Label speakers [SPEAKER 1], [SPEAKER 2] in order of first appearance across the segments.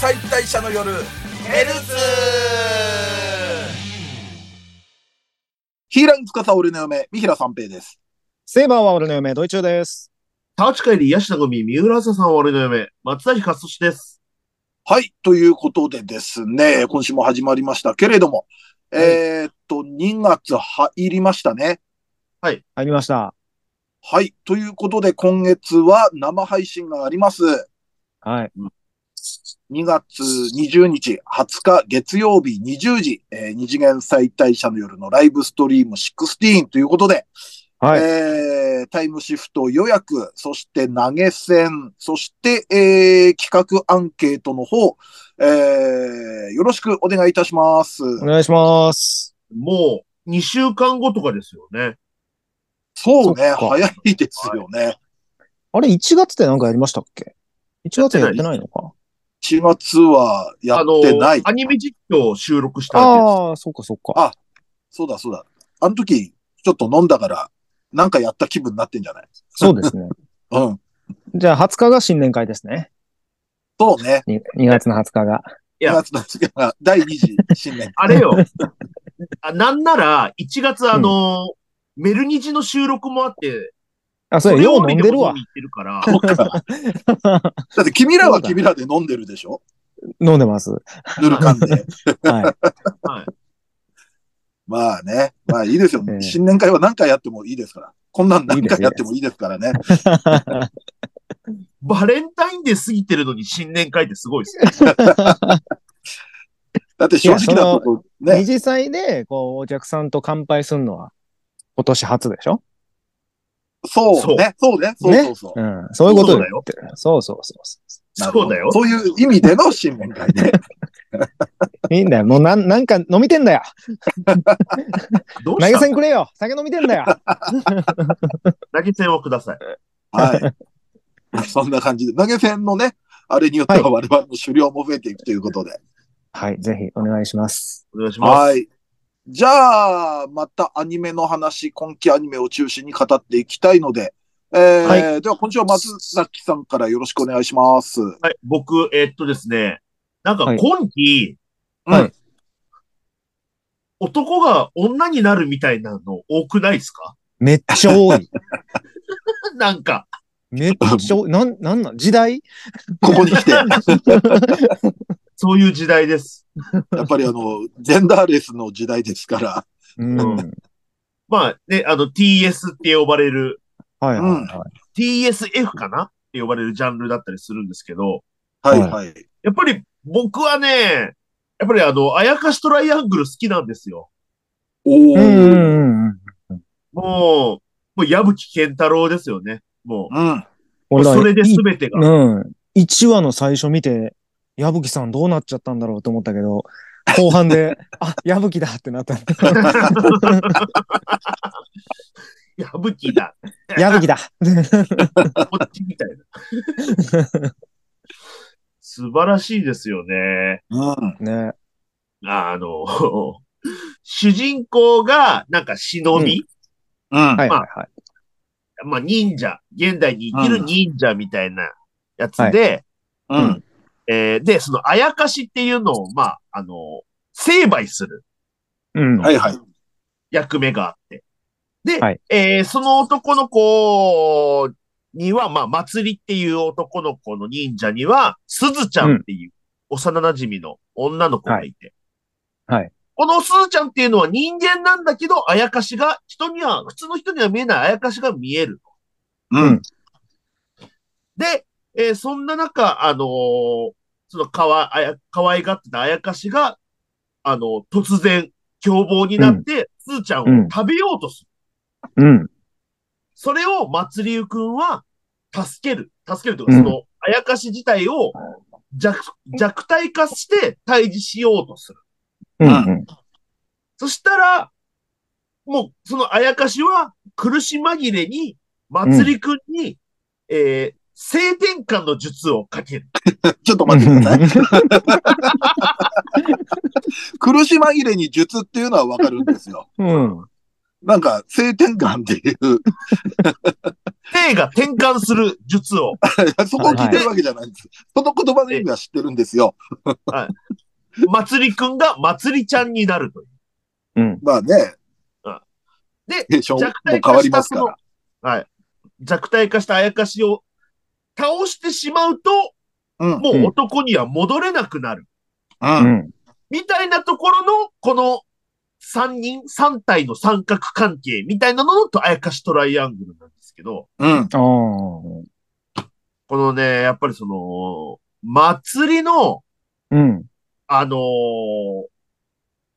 [SPEAKER 1] 解体者の夜ヘルツヒーラン司さ俺の嫁、三平三平です。
[SPEAKER 2] セイバーは俺の嫁、ドイチューです。
[SPEAKER 3] タチカイリ、ヤシタゴミ、三浦朝さんは俺の嫁、松崎勝利です。
[SPEAKER 1] はい、ということでですね、今週も始まりましたけれども、えーっと、2月入りましたね。
[SPEAKER 2] 入りました。
[SPEAKER 1] はい、ということで今月は生配信があります。
[SPEAKER 2] はい。
[SPEAKER 1] 2月20日、20日月曜日20時、えー二次元再退者の夜のライブストリーム16ということで、
[SPEAKER 2] はい。
[SPEAKER 1] えータイムシフト予約、そして投げ銭、そして、えー企画アンケートの方、えーよろしくお願いいたします。
[SPEAKER 2] お願いします。
[SPEAKER 3] もう、2週間後とかですよね。
[SPEAKER 1] そうね、
[SPEAKER 2] そっか
[SPEAKER 1] 早いですよね。
[SPEAKER 2] あれ、1月ってなんかやりましたっけ ?1 月やってないのか。
[SPEAKER 1] 4月はやってない。
[SPEAKER 3] アニメ実況を収録したわ
[SPEAKER 2] ああー、そっかそっ
[SPEAKER 1] あ
[SPEAKER 2] か。
[SPEAKER 1] そうだそうだ。あの時、ちょっと飲んだから、なんかやった気分になってんじゃない
[SPEAKER 2] そうですね。
[SPEAKER 1] うん。
[SPEAKER 2] じゃあ、20日が新年会ですね。
[SPEAKER 1] そうね。
[SPEAKER 2] 2, 2月の20日が。
[SPEAKER 3] いや
[SPEAKER 1] 2月の次が第2次新年。
[SPEAKER 3] けです。あれよ。 あなんなら、1月あの、メルニジの収録もあって、
[SPEAKER 2] あ、そうや、
[SPEAKER 3] れ
[SPEAKER 2] よ
[SPEAKER 3] を
[SPEAKER 2] う飲んでるわ
[SPEAKER 3] 俺も飲み。に行ってるか
[SPEAKER 1] そう
[SPEAKER 3] ら、
[SPEAKER 1] かだって君らは君らで飲んでるでしょ
[SPEAKER 2] 飲んでます。
[SPEAKER 1] ぬるかん で。
[SPEAKER 2] は
[SPEAKER 1] まあね。まあいいですよ
[SPEAKER 2] え。え
[SPEAKER 1] 新年会は何回やってもいいですから。こんなん何回やってもいいですからね。
[SPEAKER 3] バレンタインデー過ぎてるのに新年会ってすごいですね。
[SPEAKER 1] だって正直なとこ
[SPEAKER 2] い。二
[SPEAKER 1] ね。
[SPEAKER 2] 次祭で、こう、お客さんと乾杯するのは、今年初でしょ
[SPEAKER 1] そうね。そうね。そうそうそう。
[SPEAKER 2] うん。そういうこと
[SPEAKER 3] そうだ
[SPEAKER 2] よ
[SPEAKER 3] よ。
[SPEAKER 2] そうそうそうそ
[SPEAKER 1] なるほ
[SPEAKER 3] そ
[SPEAKER 1] ど
[SPEAKER 3] うだよ。
[SPEAKER 1] そういう意味での新年会 ね。
[SPEAKER 2] う。いいんだよ。もうなん、なんか飲みてんだよ。
[SPEAKER 3] ど
[SPEAKER 2] 投
[SPEAKER 3] うし
[SPEAKER 2] げ
[SPEAKER 3] た
[SPEAKER 2] 銭くれよ。酒飲みてんだよ。
[SPEAKER 3] 投げ銭をください。
[SPEAKER 1] はい。そんな感じで。投げ銭のね、あれによっては我々の狩猟も増えていくということで。
[SPEAKER 2] はい。ぜひ、お願いします。
[SPEAKER 3] お願いします。
[SPEAKER 1] はい。じゃあ、またアニメの話、今期アニメを中心に語っていきたいので、えー
[SPEAKER 2] は
[SPEAKER 1] では今週は松崎さんからよろしくお願いし ます。
[SPEAKER 3] はい、僕、えっとですね、なんか
[SPEAKER 2] はい
[SPEAKER 3] 今期、
[SPEAKER 1] はい
[SPEAKER 3] 男が女になるみたいなの多くないですか
[SPEAKER 2] めっちゃ多い。
[SPEAKER 3] なんか、
[SPEAKER 2] めっちゃ多い、なん、なんなん、時代
[SPEAKER 1] ここに来て、や
[SPEAKER 3] そういう時代です。
[SPEAKER 1] っぱりあの、ジェンダーレスの時代ですから、
[SPEAKER 2] うん。
[SPEAKER 3] う
[SPEAKER 2] はい
[SPEAKER 3] まあね、あの TS って呼ばれる、
[SPEAKER 2] はいはい。
[SPEAKER 3] TSF かなって呼ばれるジャンルだったりするんですけど、
[SPEAKER 1] はいはい。
[SPEAKER 3] やっぱり僕はね、やっぱりあの、あやかしトライアングル好きなんですよ。
[SPEAKER 1] お
[SPEAKER 2] うんう
[SPEAKER 1] ー。
[SPEAKER 2] んうん。
[SPEAKER 3] もう、もう矢吹健太郎ですよね。も
[SPEAKER 1] うん。
[SPEAKER 3] う、
[SPEAKER 2] 俺ら
[SPEAKER 3] それで
[SPEAKER 2] い
[SPEAKER 3] 全てが。
[SPEAKER 2] うん。1話の最初見て、矢吹さんどうなっちゃったんだろうと思ったけど、後半で、あ、矢吹だってなった。
[SPEAKER 3] 矢吹だ。
[SPEAKER 2] 矢吹だ
[SPEAKER 3] こっちみたいな。素晴らしいですよね。
[SPEAKER 1] うん。
[SPEAKER 2] ね。
[SPEAKER 3] あの、 主人公が、なんか忍び、
[SPEAKER 1] うん。
[SPEAKER 2] はいはいはい。
[SPEAKER 3] まあ忍者、現代に生きる忍者みたいなやつで、
[SPEAKER 1] うん。
[SPEAKER 3] えーで、そのあやかしっていうのを、まあ、あの、成敗する
[SPEAKER 2] うん。
[SPEAKER 1] はいはい。
[SPEAKER 3] 役目があって。で、
[SPEAKER 2] はい
[SPEAKER 3] えーその男の子には、まあ、祭りっていう男の子の忍者には、すずちゃんっていう幼馴染の女の子がいて。
[SPEAKER 2] はいはい
[SPEAKER 3] このすずちゃんっていうのは人間なんだけど、あやかしが、人には、普通の人には見えないあやかしが見える。
[SPEAKER 1] うん。
[SPEAKER 3] で、えーそんな中、あのーそのかわ、あや、可愛がってたあやかしが、あの突然、凶暴になって、すずちゃんを食べようとす
[SPEAKER 2] う
[SPEAKER 3] る。
[SPEAKER 2] ん。
[SPEAKER 3] それを祭りゆくんは、助ける。助けるというか、
[SPEAKER 2] うん
[SPEAKER 3] その、あやかし自体を弱、弱体化して退治しようとする。
[SPEAKER 2] うんうん。
[SPEAKER 3] そしたら、もう、そのあやかしは、苦し紛れに、祭りくんに、えー、性転換の術をかける。
[SPEAKER 1] ちょっと待ってください。苦し紛れに術っていうのはわかるんですよ。
[SPEAKER 2] うん。
[SPEAKER 1] なんか、性転換って いう、
[SPEAKER 3] 性が転換する術 を。
[SPEAKER 1] そこを聞いてるわけじゃないんです。その言葉の意味は知ってるんですよ。
[SPEAKER 3] まつりくんがまつりちゃんになるという。
[SPEAKER 2] うん。
[SPEAKER 1] まあね。
[SPEAKER 3] うん
[SPEAKER 1] で
[SPEAKER 3] で、
[SPEAKER 1] テンションも
[SPEAKER 3] 弱体
[SPEAKER 1] 変
[SPEAKER 3] 化
[SPEAKER 1] わり
[SPEAKER 3] し
[SPEAKER 1] ま
[SPEAKER 3] た
[SPEAKER 1] す
[SPEAKER 3] そ
[SPEAKER 1] か
[SPEAKER 3] の
[SPEAKER 1] ら。、
[SPEAKER 3] はい。弱体化したあやかしを倒してしまうと、
[SPEAKER 1] うん。
[SPEAKER 3] もう男には戻れなくなる。
[SPEAKER 1] う。
[SPEAKER 2] うんん。
[SPEAKER 3] みたいなところの、この三人、三体の三角関係みたいなのとあやかしトライアングルなんですけど、
[SPEAKER 1] うん。
[SPEAKER 2] ああ。
[SPEAKER 3] このね、やっぱりその、祭りの、
[SPEAKER 2] うん。
[SPEAKER 3] あのー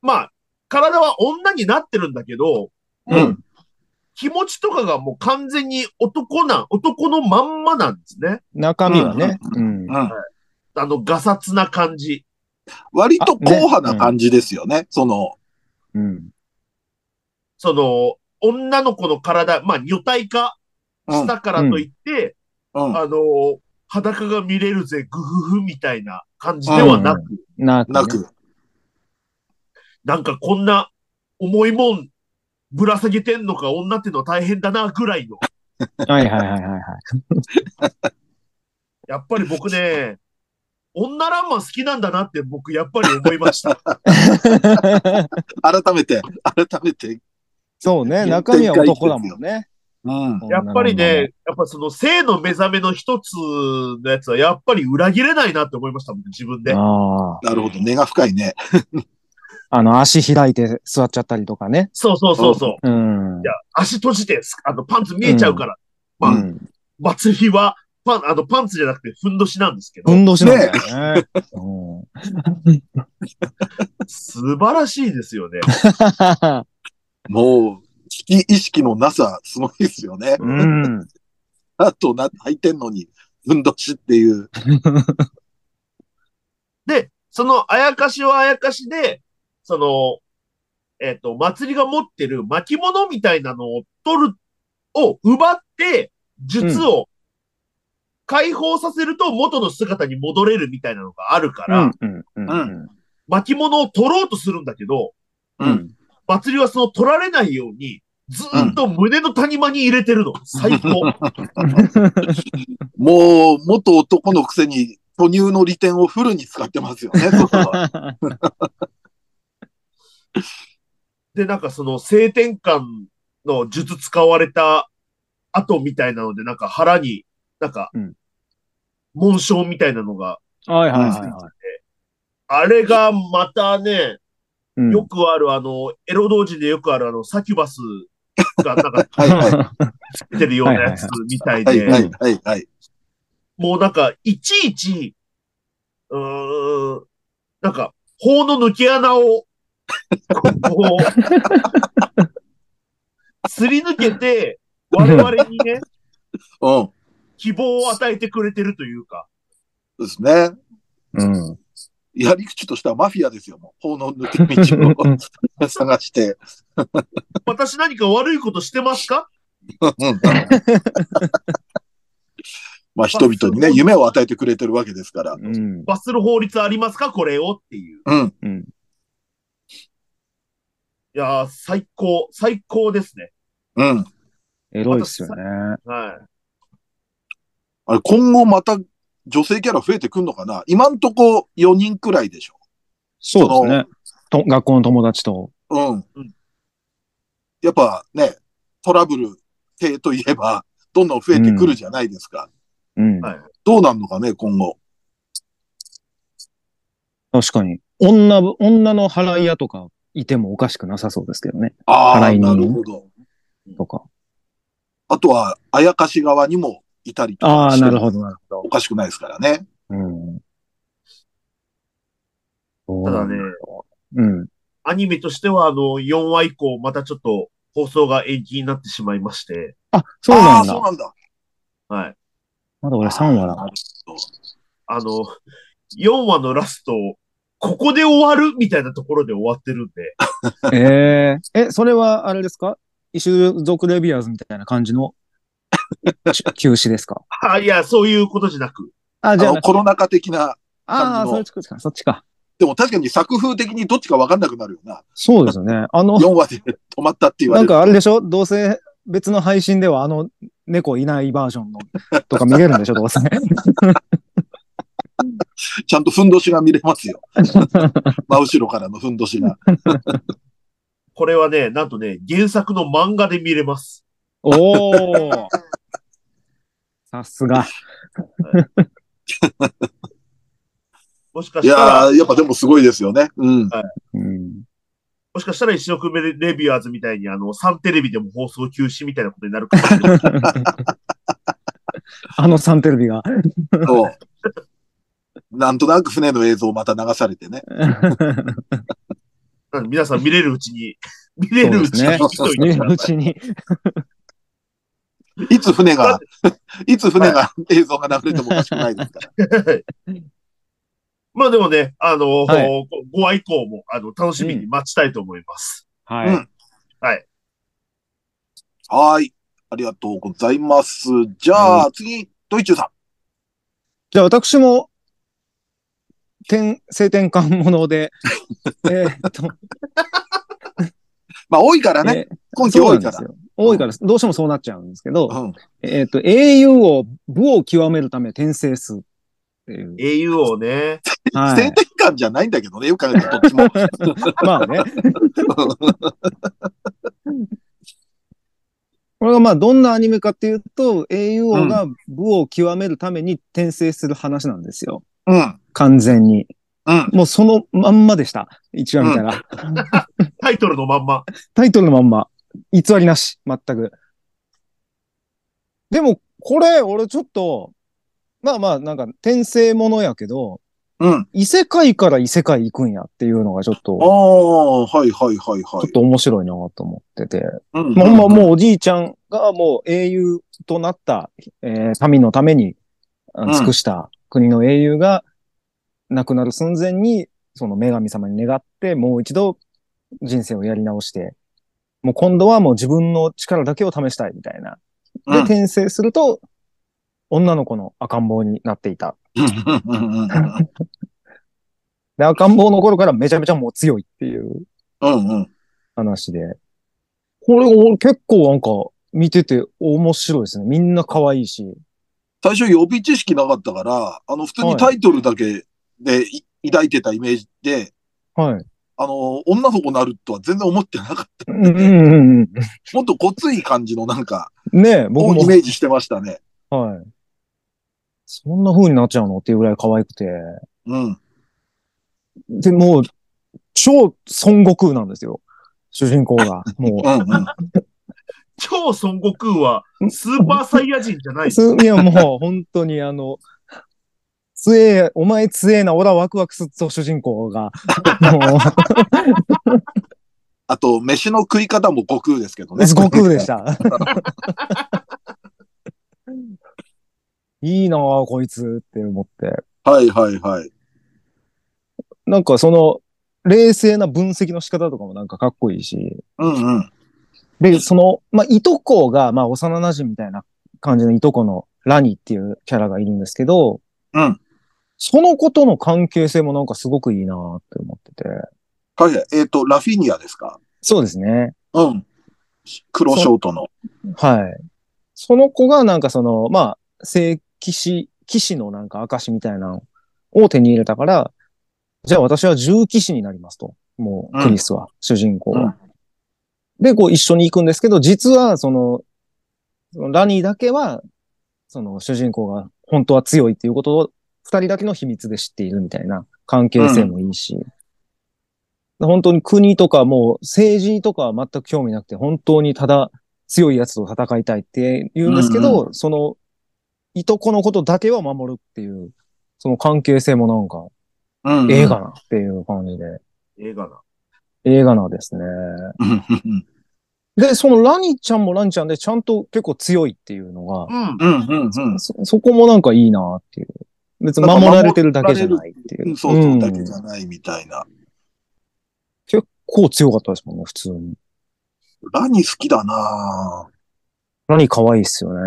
[SPEAKER 3] まあ、体は女になってるんだけど、
[SPEAKER 1] う。
[SPEAKER 3] もうん気持ちとかがもう完全に男なん、男のまんまなんですね。
[SPEAKER 2] 中身はね。うん。
[SPEAKER 1] うん。
[SPEAKER 3] あの、ガサツな感じ。
[SPEAKER 1] 割と硬派な感じですよね。その、
[SPEAKER 2] うん。
[SPEAKER 3] その、女の子の体、まあ、女体化
[SPEAKER 1] うん
[SPEAKER 3] したからといって、
[SPEAKER 1] うん。
[SPEAKER 3] あのー裸が見れるぜ、グフフみたいな感じではなく、
[SPEAKER 2] な
[SPEAKER 1] な
[SPEAKER 2] くね。
[SPEAKER 1] く。
[SPEAKER 3] なんかこんな重いもんぶら下げてんのか女ってのは大変だな、ぐらいの。
[SPEAKER 2] はいはいはいはいはい。
[SPEAKER 3] やっぱり僕ね、女ランマン好きなんだなって僕やっぱり思いました。
[SPEAKER 1] 改めて、 改めて。
[SPEAKER 2] そうね。中身は男だもんね。
[SPEAKER 1] うん。
[SPEAKER 3] やっぱりね、やっぱその性の目覚めの一つのやつはやっぱり裏切れないなって思いましたもんね、自分で。
[SPEAKER 2] ああ。
[SPEAKER 1] なるほど。根が深いね。
[SPEAKER 2] あの、足開いて座っちゃったりとかね。
[SPEAKER 3] そうそうそうそう。
[SPEAKER 2] うん。
[SPEAKER 3] いや、足閉じてす、あの、パンツ見えちゃうから、
[SPEAKER 2] う
[SPEAKER 3] まあ、
[SPEAKER 2] ん。
[SPEAKER 3] 祭りは、パン、あの、パンツじゃなくて、ふんどしなんですけど、
[SPEAKER 2] 運動しなんだよ ね。うん
[SPEAKER 3] 素晴らしいですよね。
[SPEAKER 1] もう、危機意識のなさ、すごいですよね。
[SPEAKER 2] うん。
[SPEAKER 1] あと、な、履いてんのに、ふんどしっていう。
[SPEAKER 3] で、そのあやかしはあやかしで、その、えっ、と、祭りが持ってる巻物みたいなのを取る、を奪って、術を解放させると元の姿に戻れるみたいなのがあるか
[SPEAKER 2] う
[SPEAKER 3] ら、
[SPEAKER 2] ん。うん。うん。
[SPEAKER 3] 巻物を取ろうとするんだけど、
[SPEAKER 2] うん。
[SPEAKER 3] 祭りはその取られないように、ずーっと胸の谷間に入れてるの。最高。
[SPEAKER 1] もう、元男のくせに、巨乳の利点をフルに使ってますよね、そこ は。
[SPEAKER 3] で、なんかその性転換の術使われた後みたいなので、なんか腹に、なんか
[SPEAKER 2] うん、
[SPEAKER 3] 紋章みたいなのが、
[SPEAKER 2] はいはいはいは
[SPEAKER 3] あれがまたね、
[SPEAKER 2] い。うん
[SPEAKER 3] よくあるあの、エロ同時でよくあるあの、サキュバスがなんか
[SPEAKER 1] はいはい。
[SPEAKER 3] つけてるようなやつみたい
[SPEAKER 1] はいは
[SPEAKER 3] で、
[SPEAKER 1] いはいはい。
[SPEAKER 3] もうなんか、いちいち、うーん、なんか、法の抜け穴を、こう、すり抜けて、我々にね、
[SPEAKER 1] うん。
[SPEAKER 3] 希望を与えてくれてるというか、
[SPEAKER 1] そうですね。
[SPEAKER 2] うん。
[SPEAKER 1] やり口としてはマフィアですよ、もう。法の抜け道を探 して。
[SPEAKER 3] 私何か悪いことしてますか
[SPEAKER 1] うんまあ、人々にね、夢を与えてくれてるわけですから。
[SPEAKER 2] うん。
[SPEAKER 3] 罰する法律ありますかこれをっていう。
[SPEAKER 1] うん。
[SPEAKER 2] うん。
[SPEAKER 3] いやー、最高、最高ですね。
[SPEAKER 1] うん。
[SPEAKER 2] エロいっすよね。
[SPEAKER 3] はい。
[SPEAKER 1] あれ、今後また女性キャラ増えてくんのかな今んとこ4人くらいでしょ。
[SPEAKER 2] そうですね。と学校の友達と。
[SPEAKER 1] うん
[SPEAKER 3] うん。
[SPEAKER 1] やっぱね、トラブル系といえば、どんどん増えてくるじゃないですか。
[SPEAKER 2] うん。
[SPEAKER 3] はい
[SPEAKER 1] どうなんのかね、今後。
[SPEAKER 2] 確かに。女ぶ、女の払い屋とかいてもおかしくなさそうですけどね。
[SPEAKER 1] ああ、
[SPEAKER 2] 払い
[SPEAKER 1] な
[SPEAKER 2] 人
[SPEAKER 1] るほど。
[SPEAKER 2] とか。
[SPEAKER 1] あとは、あやかし側にもいたりと
[SPEAKER 2] あ
[SPEAKER 1] か
[SPEAKER 2] あ、
[SPEAKER 1] して
[SPEAKER 2] な
[SPEAKER 1] も
[SPEAKER 2] るほど、なるほど
[SPEAKER 1] お。かしくないですからね。
[SPEAKER 2] うん。
[SPEAKER 3] ただね、
[SPEAKER 2] うん。
[SPEAKER 3] アニメとしては、あの、4話以降、またちょっと放送が延期になってしまいまして、
[SPEAKER 2] あ、そうな
[SPEAKER 1] あー
[SPEAKER 2] ん
[SPEAKER 1] そう
[SPEAKER 2] だ。
[SPEAKER 1] なんだ。
[SPEAKER 3] はい。
[SPEAKER 2] まだ俺3話
[SPEAKER 1] な
[SPEAKER 2] だな
[SPEAKER 1] る。ほど
[SPEAKER 3] あの、4話のラスト、ここで終わるみたいなところで終わってるんで、
[SPEAKER 2] えええ、それはあれですか異種族レビアーズみたいな感じ のち休止ですか
[SPEAKER 3] あいや、そういうことじゃなく、
[SPEAKER 2] あ、
[SPEAKER 1] あ
[SPEAKER 2] じゃあ
[SPEAKER 1] の、、コロナ禍的な、
[SPEAKER 2] あ
[SPEAKER 1] 感
[SPEAKER 2] あー、
[SPEAKER 1] じの
[SPEAKER 2] そっちか、そっちか。
[SPEAKER 1] でも確かに作風的にどっちかわかんなくなるよ な。
[SPEAKER 2] そうですよね。あの、
[SPEAKER 1] 4話で止まったって言わ
[SPEAKER 2] な
[SPEAKER 1] れ
[SPEAKER 2] ん
[SPEAKER 1] る。
[SPEAKER 2] かあれでしょどうせ別の配信ではあの猫いないバージョンのとか見れるんでしょどうせ。
[SPEAKER 1] ちゃんとふんどしが見れます よ。真後ろからのふんどしが。
[SPEAKER 3] これはね、なんとね、原作の漫画で見れます。
[SPEAKER 2] おお。さすが。
[SPEAKER 3] もしか
[SPEAKER 1] い
[SPEAKER 3] したら
[SPEAKER 1] や、ー、やっぱでもすごいですよね。うん。
[SPEAKER 2] うん。
[SPEAKER 3] もしかしたら一億目レビュアーズみたいに、あの、サンテレビでも放送休止みたいなことになるかもしれ ない。
[SPEAKER 2] あのサンテレビが。
[SPEAKER 1] そう。なんとなく船の映像をまた流されてね。
[SPEAKER 3] なんで皆さん見れるうちに、見れるうちに
[SPEAKER 2] そ
[SPEAKER 1] ですね
[SPEAKER 2] う
[SPEAKER 3] 見といて
[SPEAKER 2] 見れ
[SPEAKER 3] くだ
[SPEAKER 2] る
[SPEAKER 3] さいう
[SPEAKER 2] ちに。
[SPEAKER 1] いつ船 が、いつ船が映像が流れてもおかしくないですから。
[SPEAKER 3] まあでもね、あの、
[SPEAKER 2] はい
[SPEAKER 3] ごご愛好も、あの、楽しみに待ちたいと思います。
[SPEAKER 2] はい。
[SPEAKER 1] うんはーい。ありがとうございます。じゃあ、次、ドイチューさ
[SPEAKER 2] じゃあ私も、転、性転換も ので、えーっと、
[SPEAKER 1] ん。まあ、多いからね。
[SPEAKER 2] えー
[SPEAKER 1] 今季
[SPEAKER 2] そう
[SPEAKER 1] 多
[SPEAKER 2] ないん
[SPEAKER 1] か
[SPEAKER 2] です
[SPEAKER 1] ら。
[SPEAKER 2] よ。多いから、どうしてもそうなっちゃうんですけど、
[SPEAKER 1] うん。
[SPEAKER 2] えーっと、英雄を、武を極めるため転生すっていう。
[SPEAKER 3] 英雄をね、
[SPEAKER 2] は
[SPEAKER 1] 性
[SPEAKER 2] い。
[SPEAKER 1] 転換じゃないんだけどね、よく考えたらどっち も。
[SPEAKER 2] まあね。これがまあどんなアニメかっていうと、英雄王が武を極めるために転生する話なんですよ。
[SPEAKER 1] うん。
[SPEAKER 2] 完全に。
[SPEAKER 1] うん。
[SPEAKER 2] もうそのまんまでした。一話見たら。
[SPEAKER 3] タイトルのまんま。
[SPEAKER 2] タイトルのまんま。偽りなし。全く。でも、これ、俺ちょっと、まあまあ、なんか転生ものやけど、
[SPEAKER 1] うん。
[SPEAKER 2] 異世界から異世界行くんやっていうのがちょっ
[SPEAKER 1] あ
[SPEAKER 2] と、
[SPEAKER 1] あ、はいはいはいは
[SPEAKER 2] ちょっ
[SPEAKER 1] い。
[SPEAKER 2] と面白いなと思ってて。
[SPEAKER 1] うん
[SPEAKER 2] まあ、ほんまもうおじいちゃんがもう英雄となった、えー民のためにあ
[SPEAKER 1] うん
[SPEAKER 2] の尽くした国の英雄が亡くなる寸前に、その女神様に願って、もう一度人生をやり直して、もう今度はもう自分の力だけを試したいみたいな。
[SPEAKER 1] うん
[SPEAKER 2] で、転生すると、女の子の赤ん坊になっていた。
[SPEAKER 1] うんうんうんうん
[SPEAKER 2] で、赤ん坊の頃からめちゃめちゃもう強いっていう
[SPEAKER 1] うんうん。
[SPEAKER 2] 話で。これお結構なんか見てて面白いですね。みんな可愛いし。
[SPEAKER 1] 最初予備知識なかったから、あの、普通にタイトルだけでい抱いてたイメージで、
[SPEAKER 2] はい。
[SPEAKER 1] あの、女の子になるとは全然思ってなかった。
[SPEAKER 2] うんうんうんう
[SPEAKER 1] もっとごつい感じのなんか、
[SPEAKER 2] ん。ねえ、
[SPEAKER 1] を
[SPEAKER 2] 僕
[SPEAKER 1] イ
[SPEAKER 2] も。
[SPEAKER 1] メージしてましたね。
[SPEAKER 2] はい。そんな風になっちゃうのっていうぐらい可愛くて。
[SPEAKER 1] うん。
[SPEAKER 2] で、もう、超孫悟空なんですよ。主人公が。
[SPEAKER 1] うん
[SPEAKER 2] も
[SPEAKER 1] うん。
[SPEAKER 3] 超孫悟空はスーパーサイヤ人じゃな
[SPEAKER 2] う。
[SPEAKER 3] い。
[SPEAKER 2] すいや、もう本当にあの、つえ、お前つえな、俺はワクワクすっぞ、主人公が。も
[SPEAKER 1] あと、飯の食い方も悟空ですけど
[SPEAKER 2] う、
[SPEAKER 1] ね。
[SPEAKER 2] 悟空でした。いいなあこいつって思って。
[SPEAKER 1] はいはいはい。
[SPEAKER 2] なんかその、冷静な分析の仕方とかもなんかかっこいいし。
[SPEAKER 1] うんうん。
[SPEAKER 2] で、その、まあ、いとこが、まあ、幼馴染みたいな感じのいとこのラニっていうキャラがいるんですけど、
[SPEAKER 1] うん。
[SPEAKER 2] その子との関係性もなんかすごくいいなって思ってて。
[SPEAKER 1] はいはい。えっ、と、ラフィニアですか
[SPEAKER 2] そうですね。
[SPEAKER 1] うん。黒ショートの。
[SPEAKER 2] はい。その子がなんかその、まあ、聖騎士、騎士のなんか証みたいなのを手に入れたから、じゃあ私は重騎士になりますと。もう、クリスは、主人公は。で、こう一緒に行くんですけど、実はその、そのラニーだけは、その主人公が本当は強いっていうことを二人だけの秘密で知っているみたいな関係性もいいし、本当に国とかもう政治とかは全く興味なくて、本当にただ強い奴と戦いたいって言うんですけど、その、いとこのことだけは守るっていう、その関係性もなんか
[SPEAKER 1] うんうん
[SPEAKER 2] 映画なっていう感じで、
[SPEAKER 3] 映画な。
[SPEAKER 2] 映画なですね。
[SPEAKER 1] うんうん
[SPEAKER 2] で、そのラニちゃんもラニちゃんでちゃんと結構強いっていうのが、
[SPEAKER 3] うん。
[SPEAKER 1] うんうんうん
[SPEAKER 2] そ、そこもなんかいいなっていう。別に守られてるだけじゃないっていうう。
[SPEAKER 1] ん。そうそうう、
[SPEAKER 2] ん
[SPEAKER 1] だけじゃないみたいな。
[SPEAKER 2] 結構強かったですもんね、普通に。
[SPEAKER 1] ラニ好きだなぁ
[SPEAKER 2] ラニ可愛いっすよね。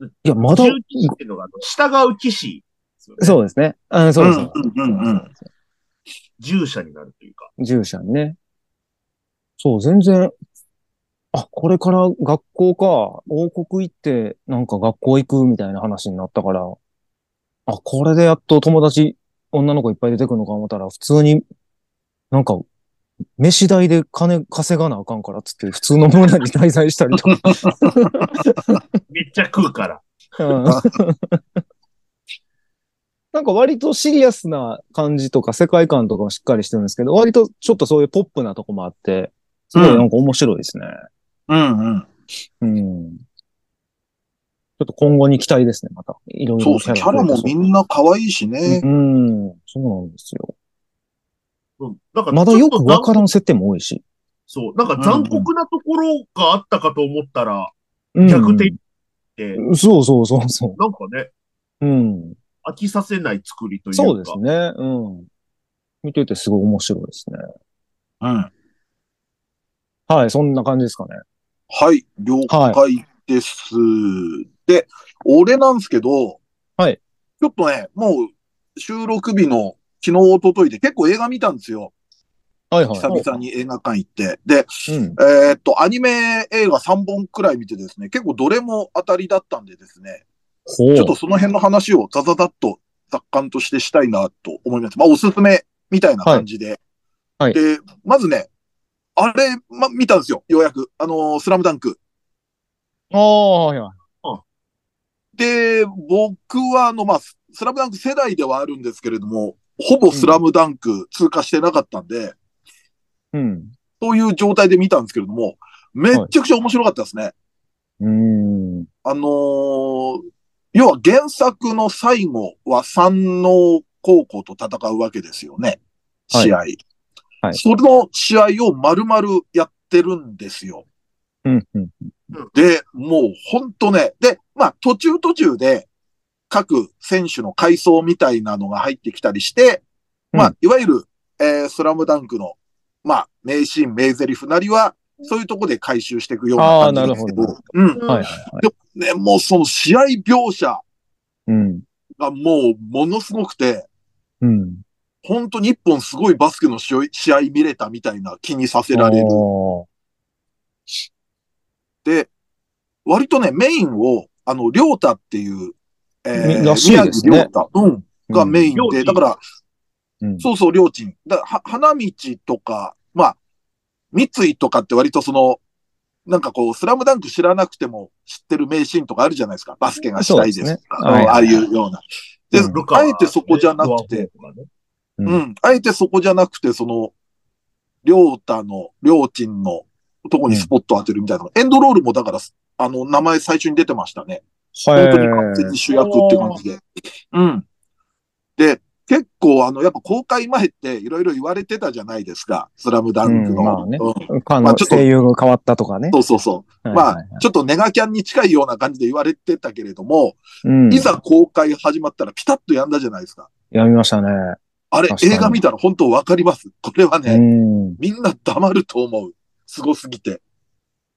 [SPEAKER 1] うん。
[SPEAKER 2] いや、まだ、
[SPEAKER 3] 重騎士っていうのが、あの従う騎士。ですよね。
[SPEAKER 2] そうですね。あそうです。
[SPEAKER 1] うんうんうんうん
[SPEAKER 3] 従者になるというか。
[SPEAKER 2] 従者にね。そう、全然、あ、これから学校か、王国行って、なんか学校行くみたいな話になったから、あ、これでやっと友達、女の子いっぱい出てくるのか思ったら、普通に、なんか、飯代で金稼がなあかんからっつって、普通の村に滞在したりとか。
[SPEAKER 3] めっちゃ食うから。
[SPEAKER 2] うん なんか割とシリアスな感じとか世界観とかもしっかりしてるんですけど、割とちょっとそういうポップなとこもあって、すごいなんか面白いですね。
[SPEAKER 1] うんうん。
[SPEAKER 2] うん。ちょっと今後に期待ですね、また。いろい
[SPEAKER 1] そう
[SPEAKER 2] ろ
[SPEAKER 1] ですね。キャラもみ
[SPEAKER 2] ん
[SPEAKER 1] んな可愛いしね。
[SPEAKER 2] うん、そうなんですよ。
[SPEAKER 3] うん。なんか
[SPEAKER 2] まだよくわから
[SPEAKER 3] ん。
[SPEAKER 2] ん設定も多いし。
[SPEAKER 3] そう。なんか残酷なところがあったかと思ったら、
[SPEAKER 2] うん
[SPEAKER 3] 逆転って、
[SPEAKER 2] そうそうそうそ
[SPEAKER 3] なんかね、
[SPEAKER 2] う。うん。
[SPEAKER 3] 飽きさせない作りというか。
[SPEAKER 2] そうですね。うん。見ててすごい面白いですね。
[SPEAKER 1] うん。
[SPEAKER 2] はい、そんな感じですかね。
[SPEAKER 1] はい、了解です。で、俺なんですけど、
[SPEAKER 2] はい。
[SPEAKER 1] ちょっとね、もう収録日の昨日、一昨日で結構映画見たんですよ。
[SPEAKER 2] はいはい。
[SPEAKER 1] 久々に映画館行って。で、
[SPEAKER 2] うん。
[SPEAKER 1] えーっと、アニメ映画3本くらい見てですね、結構どれも当たりだったんでですね、
[SPEAKER 2] ほう。
[SPEAKER 1] ちょっとその辺の話をザザザッと雑感としてしたいなと思います。まあ、おすすめみたいな感じで。
[SPEAKER 2] はいはい
[SPEAKER 1] で、まずね、あれ、ま、見たんですよ、ようやく。あのースラムダンク。
[SPEAKER 2] ああ、はいはい。
[SPEAKER 1] で、僕は、あの、まあ、ススラムダンク世代ではあるんですけれども、ほぼスラムダンク通過してなかったんで、
[SPEAKER 2] うん。
[SPEAKER 1] そういう状態で見たんですけれども、めっちゃくちゃ面白かったですね。
[SPEAKER 2] うーん。
[SPEAKER 1] あのー要は原作の最後は山王高校と戦うわけですよね。
[SPEAKER 2] はい
[SPEAKER 1] 試合。
[SPEAKER 2] はい
[SPEAKER 1] その試合を丸々やってるんですよ。
[SPEAKER 2] うん。うん。
[SPEAKER 1] で、もうほんとね。で、まあ途中途中で各選手の階層みたいなのが入ってきたりして、ま
[SPEAKER 2] う
[SPEAKER 1] あいわゆる、えースラムダンクの、まあ名シーン、名台詞なりは、そういうとこで回収していくような感じなんですけど。
[SPEAKER 2] あーなる
[SPEAKER 1] うん。
[SPEAKER 3] うん。
[SPEAKER 2] はいはいはい。
[SPEAKER 1] ね、もうその試合描写
[SPEAKER 2] うん。
[SPEAKER 1] がもうものすごくて、
[SPEAKER 2] うん。
[SPEAKER 1] 本当に一本すごいバスケの試合試合見れたみたいな気にさせられる。
[SPEAKER 2] おー
[SPEAKER 1] で、割とね、メインを、あの、りょうたっていう、え
[SPEAKER 2] み
[SPEAKER 1] ー、
[SPEAKER 2] らしいですね
[SPEAKER 1] 宮城りょうた、うん、がメイン
[SPEAKER 3] うんりょ
[SPEAKER 1] で、
[SPEAKER 3] うちん
[SPEAKER 1] だから、
[SPEAKER 2] うん。
[SPEAKER 1] そうそう、りょうちん。だは花道とか、まあ、三井とかって割とその、なんかこう、スラムダンク知らなくても知ってる名シーンとかあるじゃないですか。バスケがしたいですとか、
[SPEAKER 2] そうですねはい
[SPEAKER 1] ああいうような。で、
[SPEAKER 2] うん
[SPEAKER 3] ルカ
[SPEAKER 1] あえてそこじゃなくて、
[SPEAKER 3] ドアホークがね
[SPEAKER 2] うん
[SPEAKER 1] うん。あえてそこじゃなくて、その、りょうたの、りょうちんのとこにスポットを当てるみたいな。エンドロールもだから、あの、名前最初に出てましたね。
[SPEAKER 2] は
[SPEAKER 1] 本当に完全に主役って感じで。うん。で、結構あの、やっぱ公開前っていろいろ言われてたじゃないですか。スラムダンクの。
[SPEAKER 2] うんまあね
[SPEAKER 1] うん
[SPEAKER 2] あ
[SPEAKER 1] まあ
[SPEAKER 2] の
[SPEAKER 1] ちょっと
[SPEAKER 2] 声優が変わったとかね
[SPEAKER 1] そ。うそうそう。
[SPEAKER 2] はい
[SPEAKER 1] ま
[SPEAKER 2] はいはい
[SPEAKER 1] あ、ちょっとネガキャンに近いような感じで言われてたけれども、
[SPEAKER 2] うん
[SPEAKER 1] いざ公開始まったらピタッとやんだじゃないですか。
[SPEAKER 2] やみましたね。
[SPEAKER 1] あれ
[SPEAKER 2] 確、かに
[SPEAKER 1] 映画見たら本当わかります。これはね、
[SPEAKER 2] うん。
[SPEAKER 1] みんな黙ると思う。すごすぎて。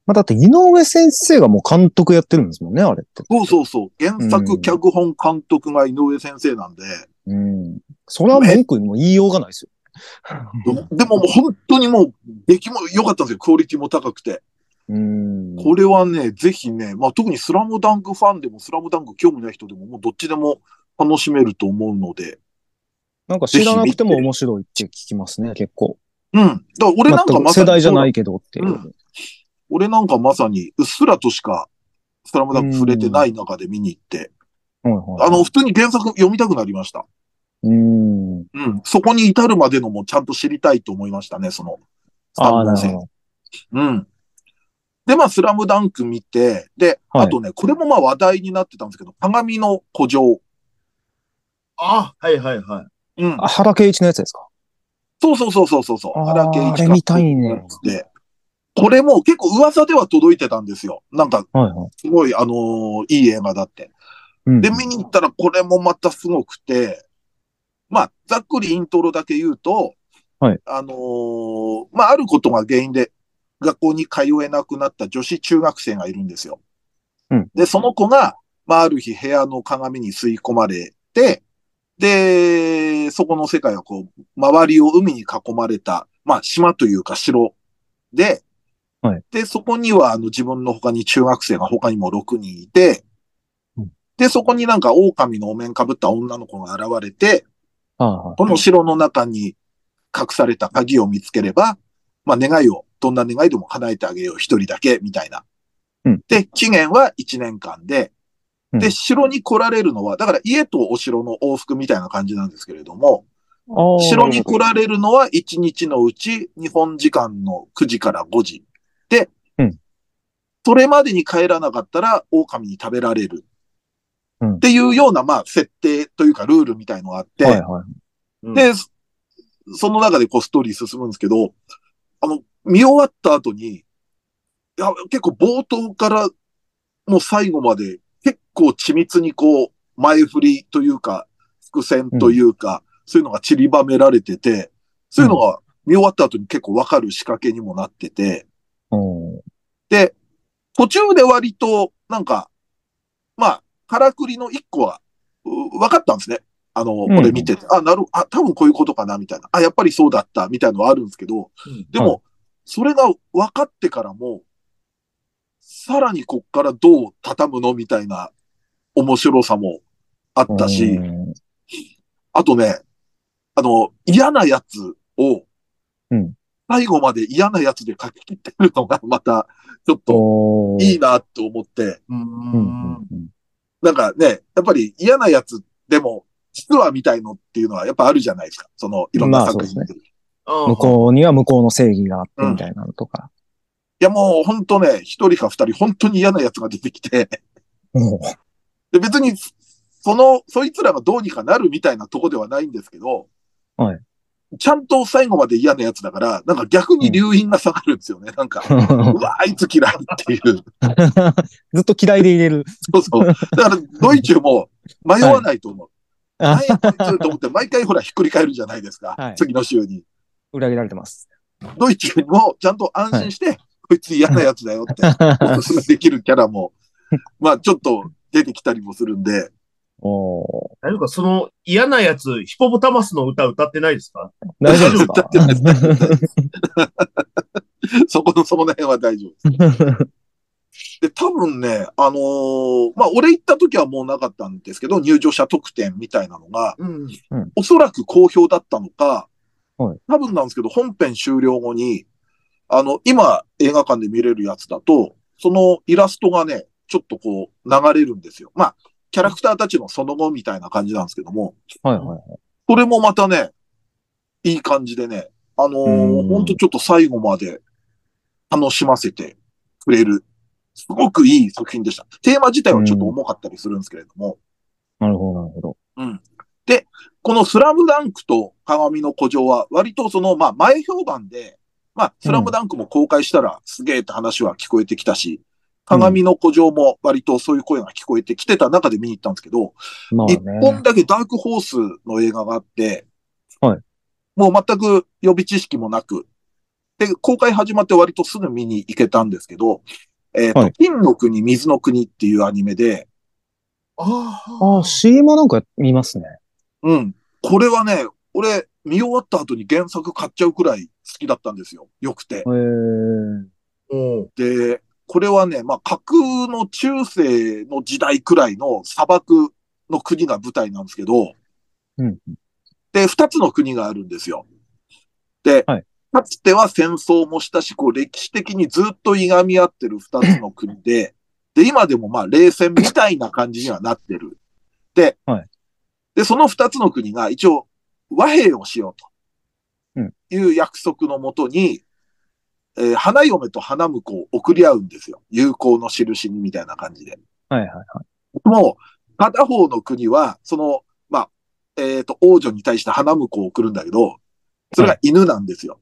[SPEAKER 2] まあだって井上先生がもう監督やってるんですもんね、あれって。
[SPEAKER 1] そうそうそう。原
[SPEAKER 2] う
[SPEAKER 1] 作、
[SPEAKER 2] ん
[SPEAKER 1] 脚本、監督が井上先生なんで。
[SPEAKER 2] うん。それは文句にも言いようがないですよ。
[SPEAKER 1] でももう本当にもう、出来も良かったんですよ。クオリティも高くて。
[SPEAKER 2] うん。
[SPEAKER 1] これはね、ぜひね、まあ特にスラムダンクファンでも、スラムダンク興味ない人でも、もうどっちでも楽しめると思うので。
[SPEAKER 2] なんか知らなくても面白いって聞きますね、結構。
[SPEAKER 1] うん。だから俺なんか
[SPEAKER 2] 全
[SPEAKER 1] ま
[SPEAKER 2] く
[SPEAKER 1] さに、。
[SPEAKER 2] 世代じゃないけどっていううん
[SPEAKER 1] 俺なんかまさに、うっすらとしか、スラムダンク触れてない中で見に行って、
[SPEAKER 2] はいはい
[SPEAKER 1] あの、普通に原作読みたくなりました。
[SPEAKER 2] うん。
[SPEAKER 1] うん。そこに至るまでのもちゃんと知りたいと思いましたね、その。
[SPEAKER 2] ああ、
[SPEAKER 1] 三本
[SPEAKER 2] なる
[SPEAKER 1] 線
[SPEAKER 2] ほど。
[SPEAKER 1] うん。で、まあ、スラムダンク見て、で、
[SPEAKER 2] はい
[SPEAKER 1] あとね、これもまあ話題になってたんですけど、鏡の古城。
[SPEAKER 3] あ、はいはいはい。
[SPEAKER 1] うん。
[SPEAKER 2] あ原敬一のやつですか
[SPEAKER 1] そうそうそうそうそうそう。
[SPEAKER 2] あ
[SPEAKER 1] 原
[SPEAKER 2] ー
[SPEAKER 1] 敬一監督
[SPEAKER 2] あれ見たいね
[SPEAKER 1] で、これも結構噂では届いてたんですよ。なんか、
[SPEAKER 2] はいはい。
[SPEAKER 1] すごい、あのーいい映画だって。
[SPEAKER 2] うん
[SPEAKER 1] で、見に行ったらこれもまたすごくて、まあ、ざっくりイントロだけ言うと、
[SPEAKER 2] はい
[SPEAKER 1] あのーまあ、あることが原因で学校に通えなくなった女子中学生がいるんですよ。
[SPEAKER 2] うん
[SPEAKER 1] で、その子が、まあ、ある日部屋の鏡に吸い込まれて、で、そこの世界はこう、周りを海に囲まれた、まあ島というか城で、
[SPEAKER 2] はい
[SPEAKER 1] で、そこにはあの自分の他に中学生が他にも6人いて
[SPEAKER 2] うん、
[SPEAKER 1] で、そこになんか狼のお面かぶった女の子が現れて、
[SPEAKER 2] あ
[SPEAKER 1] この城の中に隠された鍵を見つければ、まあ願いを、どんな願いでも叶えてあげよう、一人だけ、みたいな
[SPEAKER 2] うん。
[SPEAKER 1] で、期限は1年間で、
[SPEAKER 2] う
[SPEAKER 1] で、
[SPEAKER 2] ん
[SPEAKER 1] 城に来られるのは、だから家とお城の往復みたいな感じなんですけれども、
[SPEAKER 2] あ。
[SPEAKER 1] 城に来られるのは1日のうち日本時間の9時から5時。で
[SPEAKER 2] うん、
[SPEAKER 1] それまでに帰らなかったら狼に食べられる
[SPEAKER 2] うん。
[SPEAKER 1] っていうような、まあ、設定というかルールみたいのがあって、
[SPEAKER 2] はいはい。
[SPEAKER 3] うん、
[SPEAKER 1] で、そその中でこうストーリー進むんですけど、あの、見終わった後に、いや、結構冒頭からもう最後まで結構緻密にこう前振りというか、伏線というか、そういうのが散りばめられてて、そういうのが見終わった後に結構わかる仕掛けにもなってて、
[SPEAKER 2] うん。
[SPEAKER 1] で、途中で割と、なんか、まあ、からくりの一個は、う分かったんですね。あの、こ
[SPEAKER 2] ん
[SPEAKER 1] れ見てて、あ、なる、あ、多分こういうことかな、みたいな。あ、やっぱりそうだった、みたいなのはあるんですけど、
[SPEAKER 3] うん
[SPEAKER 1] でも、それが分かってからも、さらにこっからどう畳むのみたいな面白さもあったし、
[SPEAKER 2] うん
[SPEAKER 1] あとね、あの、嫌なやつを
[SPEAKER 2] うん、
[SPEAKER 1] 最後まで嫌なやつで書き切ってるのが、また、ちょっと、
[SPEAKER 2] おー
[SPEAKER 1] いいなと思って、
[SPEAKER 3] うん
[SPEAKER 2] うんうんうん
[SPEAKER 1] なんかね、やっぱり嫌なやつでも、実はみたいのっていうのはやっぱあるじゃないですか。その、いろんな
[SPEAKER 2] まあ
[SPEAKER 1] 作品
[SPEAKER 2] そう
[SPEAKER 1] で。
[SPEAKER 2] で
[SPEAKER 3] あー
[SPEAKER 2] 向こうには向こうの正義があってみたいなのとか。
[SPEAKER 1] いやもう本当ね、一人か二人本当に嫌なやつが出てきて、
[SPEAKER 2] うん
[SPEAKER 1] で別に、その、そいつらがどうにかなるみたいなとこではないんですけど、
[SPEAKER 2] はい
[SPEAKER 1] ちゃんと最後まで嫌なやつだから、なんか逆に留飲が下がるんですよね。なんか、 うわ、あいつ嫌いっていう。
[SPEAKER 2] ずっと嫌いで入れる。
[SPEAKER 1] そうそう。だから、ドイチュも迷わないと思う。何やこいつと思って、毎回ほら、ひっくり返るじゃないですか。
[SPEAKER 2] はい
[SPEAKER 1] 次の週に。
[SPEAKER 2] 裏切られ てます。
[SPEAKER 1] ドイツもちゃんと安心して、こいつ嫌なやつだよって、おすすめできるキャラも、まあちょっと出てきたりもするんで、
[SPEAKER 2] おー
[SPEAKER 3] 大丈夫かその嫌なやつ、ヒポポタマスの歌歌ってないですか
[SPEAKER 2] 大丈夫 です
[SPEAKER 1] 歌
[SPEAKER 2] か
[SPEAKER 1] ってない歌ってないそこの、そこの辺は大丈夫です。で、多分ね、あのーまあ俺行った時はもうなかったんですけど、入場者特典みたいなのが、
[SPEAKER 3] うん。
[SPEAKER 1] おそらく好評だったのか、
[SPEAKER 2] はい
[SPEAKER 1] 多分なんですけど、本編終了後に、あの、今映画館で見れるやつだと、そのイラストがね、ちょっとこう流れるんですよ。まあ、キャラクターたちのその後みたいな感じなんですけども、
[SPEAKER 2] はいはい。
[SPEAKER 1] それもまたね、いい感じでね、あの
[SPEAKER 2] う
[SPEAKER 1] ー
[SPEAKER 2] ん
[SPEAKER 1] ほんとちょっと最後まで楽しませてくれる、すごくいい作品でした。テーマ自体はちょっと重かったりするんですけれども、
[SPEAKER 2] なるほど、なるほど。
[SPEAKER 1] このスラムダンクと鏡の古城は割とその、まあ前評判で、まあスラムダンクも公開したらすげえって話は聞こえてきたし、鏡の古城も割とそういう声が聞こえてきてた中で見に行ったんですけど、
[SPEAKER 2] まあ
[SPEAKER 1] 一、本
[SPEAKER 2] ね。
[SPEAKER 1] だけダークホースの映画があって、
[SPEAKER 2] はい
[SPEAKER 1] もう全く予備知識もなく、で、公開始まって割とすぐ見に行けたんですけど、えっ、と、
[SPEAKER 2] はい
[SPEAKER 1] 金の国、水の国っていうアニメで、
[SPEAKER 3] あ
[SPEAKER 2] ああ、CM なんか見ますね。
[SPEAKER 1] うん。これはね、俺、見終わった後に原作買っちゃうくらい好きだったんですよ。良くて
[SPEAKER 2] へ。ー
[SPEAKER 3] うん。
[SPEAKER 1] で、これはね、まあ、架空の中世の時代くらいの砂漠の国が舞台なんですけど、
[SPEAKER 2] うん
[SPEAKER 1] で、二つの国があるんですよ。で、
[SPEAKER 2] はい
[SPEAKER 1] かつては戦争もしたし、こう、歴史的にずっといがみ合ってる二つの国 で、で、今でもまあ、冷戦みたいな感じにはなってる。で、
[SPEAKER 2] はい
[SPEAKER 1] で、その二つの国が一応、和平をしよう
[SPEAKER 2] うん
[SPEAKER 1] という約束のもとに、えー花嫁と花婿を送り合うんですよ。友好の印にみたいな感じで。
[SPEAKER 2] はいはいはい。
[SPEAKER 1] もう、片方の国は、その、まあ、えっ、と、王女に対して花婿を送るんだけど、それが犬なんですよ。